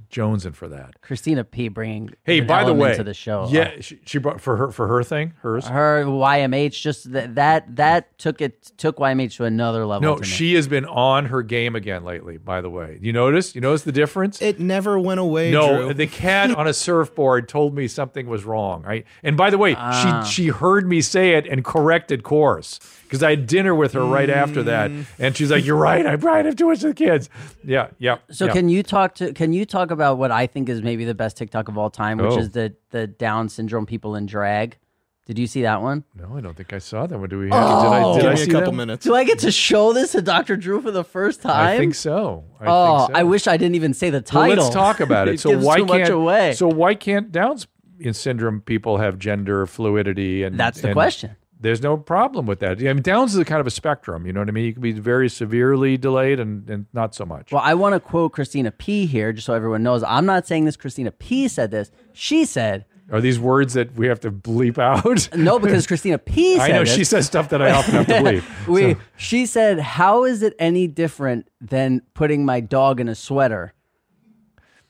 jonesing for that.
Christina P. bringing.
Hey,
an
by the
element
way,
to the show. Uh.
yeah, she, she brought for her for her thing, hers.
Her YMH just that that that took it took YMH to another level.
no,
to me.
she has been on her game again lately. By the way, you notice? You notice the difference?
it never went away
no,
Drew.
the cat on a surfboard told me something was wrong. I and by the way,
Ah.
she she heard me say it and corrected course because I had dinner with her right after that,
Mm.
and she's like, "You're right. I'm right. I'm doing it to the kids." Yeah, yeah.
So
yeah.
can you talk to can you talk about what I think is maybe the best TikTok of all time, which
Oh.
is the the Down syndrome people in drag? Did you see that one?
no, I don't think I saw that one. Do we have? Oh, did I, did I
give me a
see
couple
that?
minutes
Do I get to show this to Dr. Drew for the first time?
I think so. I
oh,
think so.
I wish I didn't even say the
Well,
title.
let's talk about it. so
gives
why
too much
can't
away.
so why can't Down's syndrome people have gender fluidity and
That's the
and
question.
There's no problem with that. I mean, Down's is a kind of a spectrum. You know what I mean? You can be very severely delayed and, and not so much.
Well, I want to quote Christina P here, just so everyone knows. I'm not saying this. Christina P said this. She said
Are these words that we have to bleep out?
no because Christina P
I
said
know
this.
she says stuff that I often have to bleep.
we,
So-
she said, "How is it any different than putting my dog in a sweater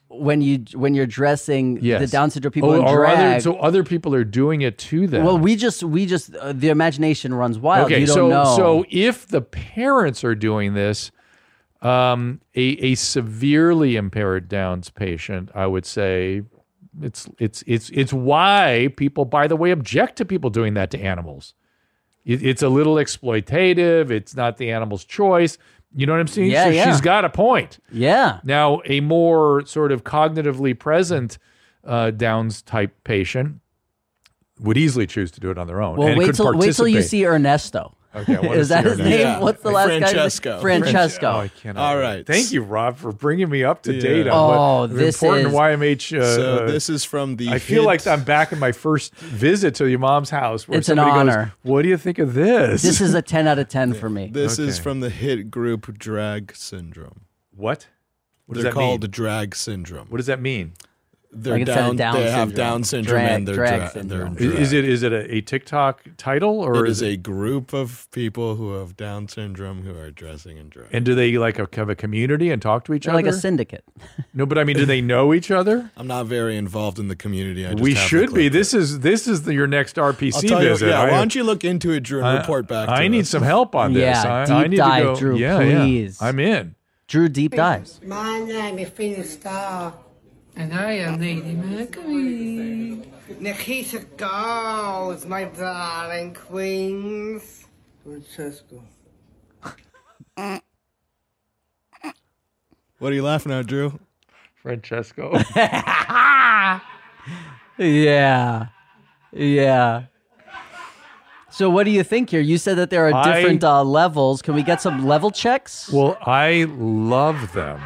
when you when you're dressing the
Yes.
Down syndrome people
Oh,
in
are
drag?"
other, so other people are doing it to them.
well, we just we just uh, the imagination runs wild.
okay,
you Oh, don't
so
know.
so if the parents are doing this, Um, a, a severely impaired Downs patient, I would say, it's it's it's it's why people, by the way, object to people doing that to animals. It, it's a little exploitative. It's not the animal's choice. You know what I'm saying?
Yeah,
so
yeah.
She's got a point.
Yeah.
Now, a more sort of cognitively present uh, Downs type patient would easily choose to do it on their own.
Well,
and
wait
could
till wait till you
participate.
see Ernesto.
Okay, I wanna
is that
see
his
Uh, Ernesto.
name?
Yeah.
What's the last
Francesco.
guy? Francesco.
Oh, I cannot.
All right.
Thank you, Rob, for bringing me up to
Yeah.
date
Oh,
on what
this
important
is-
YMH. Uh,
so
uh,
this is from the.
I feel like
hit-
I'm back in my first visit to your mom's house. Where
It's an
somebody goes,
honor.
what do you think of this?
This is a ten out of ten for me.
This is
Okay.
from the hit group Drag Syndrome.
what? What does
They're
that
called
mean?
drag syndrome.
What does that mean?
They're
Like instead of
down,
Down
they have
syndrome.
Down syndrome
Drag-
and they're
drag
drag.
syndrome.
Is,
They're
is
drag.
it is it a, a TikTok title or
It is a group of people who have Down syndrome who are dressing in drag.
and do they like a, have a community and talk to each
They're
other?
like a syndicate.
no, but I mean, do they know each other?
I'm not very involved in the community. I just
we
have the
should be.
clip.
This is this is the, your next RPC
I'll tell you,
visit.
yeah,
I-
why don't you look into it, Drew, and
I-
report back? To
Uh, I need
us.
some help on this.
Yeah,
I,
deep
I need
dive,
to go,
Drew,
yeah, yeah.
please.
I'm in.
Drew deep dives.
My name is Peter Starr. And I am Lady Mercury. Nikita goes, my darling queens. Francesco.
What are you laughing at, Drew?
Francesco.
Yeah. Yeah. So what do you think here? You said that there are
I-
different uh, levels. Can we get some level checks?
well, I love them.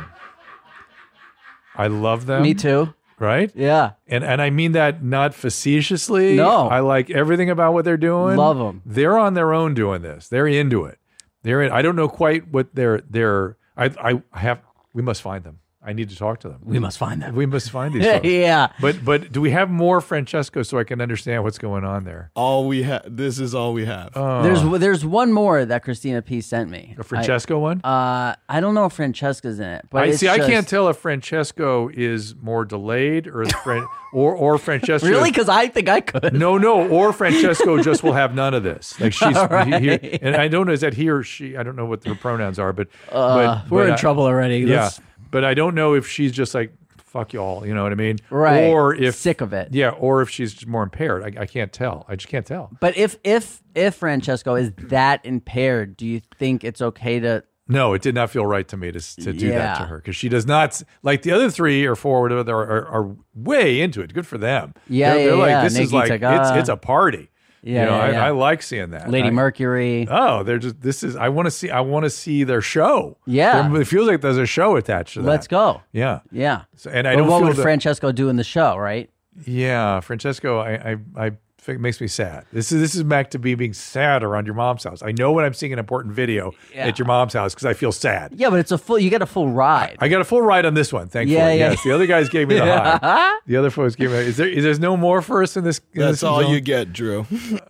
I love them.
me too.
Right?
Yeah.
And and I mean that not facetiously.
No.
I like everything about what they're doing.
Love 'em.
They're on their own doing this. They're into it. They're in I don't know quite what they're they're I I have we must find them. I need to talk to them.
We must find them.
We must find these folks.
yeah.
But but do we have more Francesco so I can understand what's going on there?
All we have. This is all we have.
There's there's one more that Christina P sent me.
Oh. A Francesco one?
I, uh, I don't know if Francesca's in it, but
I
it's
see. I
just-
can't tell if Francesco is more delayed or if Fran- or or Francesco.
Really? Because I think I could.
No, no. Or Francesco just will have none of this. Like she's here, and I don't know is that he or she. I don't know what her pronouns are, but
Uh,
but-
we're
but
in
I-
trouble already.
Yeah,
That's-
but I don't know if she's just like fuck y'all. You know what I mean?
Right.
Or if
sick of it.
yeah, or if she's more impaired. I, I can't tell. I just can't tell.
But if if if Francesco is that impaired, do you think it's okay to?
No, it did not feel right to me to, to do that to
Yeah.
her because she does not like the other three or four, or whatever, are, are, are way into it. Good for them.
Yeah,
they're,
yeah,
they're like
yeah.
this is
Nikki
like
Taka.
it's it's a party.
Yeah,
you know,
yeah,
I,
yeah.
I like seeing that.
Lady
I-
Mercury.
Oh, they're just this is I want to see I want to see their show.
Yeah.
There- it feels like there's a show attached to that.
Let's go.
Yeah,
Yeah.
so, and I
But
don't
what
feel
would
that-
Francesco do in the show, right?
Yeah, Francesco, I I, I think it makes me sad. This is this is back to me being sad around your mom's house. I know when I'm seeing an important video
Yeah.
at your mom's house because I feel sad.
Yeah, but it's a full. You get a full ride.
I got a full ride on this one, thankfully.
Yeah, yeah.
Yes, the other guys gave me the high. The other folks gave me. Is there? Is there's no more for us in this? in
That's
this
all
zone?
you get, Drew.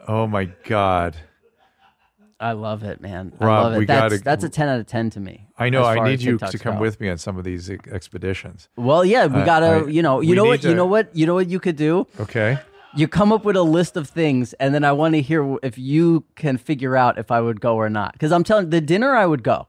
Oh my god!
I, love it, man. I
Rob,
love it.
we
that's,
gotta-
that's a ten out of ten to me.
I know.
as
I
far
need
as
you
TikToks
to come
go.
with me on some of these e- expeditions.
Well, yeah, we
I-
gotta.
I-
you know, you
we
know
need
what, you
to-
know what, you know what you could do.
Okay.
You come up with a list of things, and then I want to hear if you can figure out if I would go or not. Because I'm telling the dinner, I would go.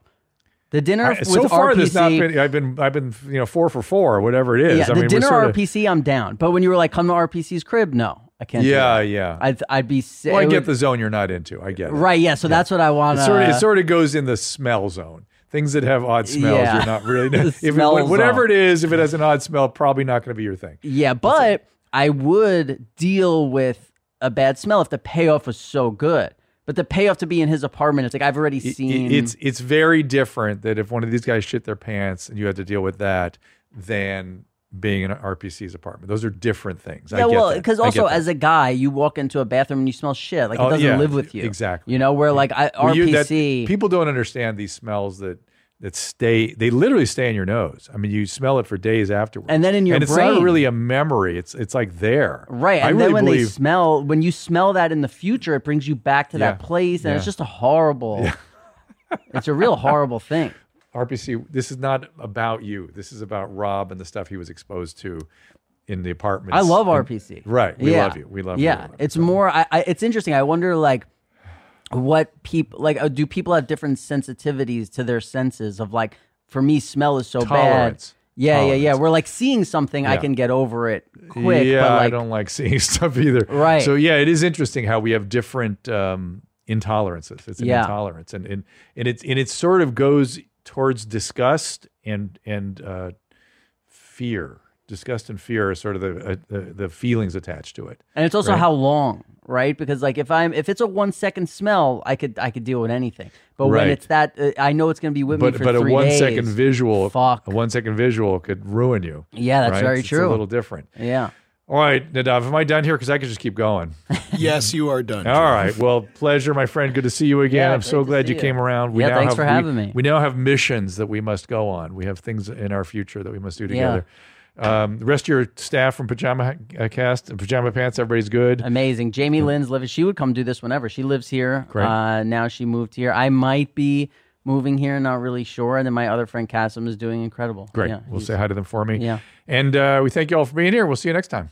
The dinner
I-
with
so far,
RPC,
there's not been. I've been. I've been. You know, four for four, or whatever it is.
Yeah,
I
the
mean, we're
dinner
sort of-
RPC, I'm down. But when you were like, come to RPC's crib, no, I can't. do
Yeah,
that.
yeah.
I'd, I'd be sick.
well, I get the zone you're not into. I get it.
Right, yeah. So that's what I want
It
to.
sort of, it sort of goes in the smell zone. Things that have odd smells,
Yeah.
you're not really.
The
if it,
smell
whatever
zone.
it is, if it has an odd smell, probably not going to be your thing.
yeah, but I would deal with a bad smell if the payoff was so good. But the payoff to be in his apartment, it's like I've already
it-
seen.
it's it's very different that if one of these guys shit their pants and you had to deal with that than being in an RPC's apartment. Those are different things. I
yeah,
get
well,
that.
because
I get
also
that.
as a guy, you walk into a bathroom and you smell shit. Like it
Oh,
doesn't
yeah,
live with you.
exactly.
You know, where like I,
Well, you- that-
RPC.
people don't understand these smells that that stay. They literally stay in your nose. I mean, you smell it for days afterwards,
And then in your
and it's not
brain.
really a memory. It's it's like there,
Right,
I
and
really
then when
believe
they smell, when you smell that in the future, it brings you back to that
Yeah,
place, and it's
yeah.
just a horrible. it's a real horrible thing.
RPC, this is not about you. This is about Rob and the stuff he was exposed to in the apartment.
I love RPC.
right. We
Yeah.
love you. We love you.
yeah.
We love you.
It's more. I, I. It's interesting. I wonder like what people like. uh, Do people have different sensitivities to their senses of like for me, smell is so
Tolerance.
bad. Yeah, yeah, yeah.
Tolerance.
We're like seeing something, I
Yeah.
can get over it quick.
yeah,
but like,
I don't like seeing stuff either.
Right.
So yeah, it is interesting how we have different um, intolerances. It's an
Yeah.
intolerance, and and and it and it sort of goes towards disgust and and uh, fear. Disgust and fear are sort of the uh, the, the feelings attached to it.
and it's also
Right.
how long, right? Because like if I'm if it's a one second smell, I could I could deal with anything. But
Right.
when it's that, uh, I know it's going to be with me
But
for
but a
three
one second
days.
visual,
Fuck.
a one second visual could ruin you.
Yeah, that's
right?
very
It's- It's
true.
a little different.
Yeah.
All right, Nadav, am I done here? Because I could just keep going.
yes, you are done.
All right. Well, pleasure, my friend. Good to see you again.
Yeah,
I'm so
great to
glad
see
you
you.
came around. We
Yeah,
now
thanks
have,
for having
we-
me.
We now have missions that we must go on. We have things in our future that we must do together. Um, the rest of your staff from Pajama uh, Cast, Pajama Pants, everybody's good.
Amazing. Jamie Lynn's living. She would come do this whenever. She lives here.
Great.
Uh, now she moved here. I might be moving here, not really sure. And then my other friend Cassim is doing incredible.
Great.
Yeah,
we'll
he's-
say hi to them for me.
Yeah.
And uh, we thank you all for being here. We'll see you next time.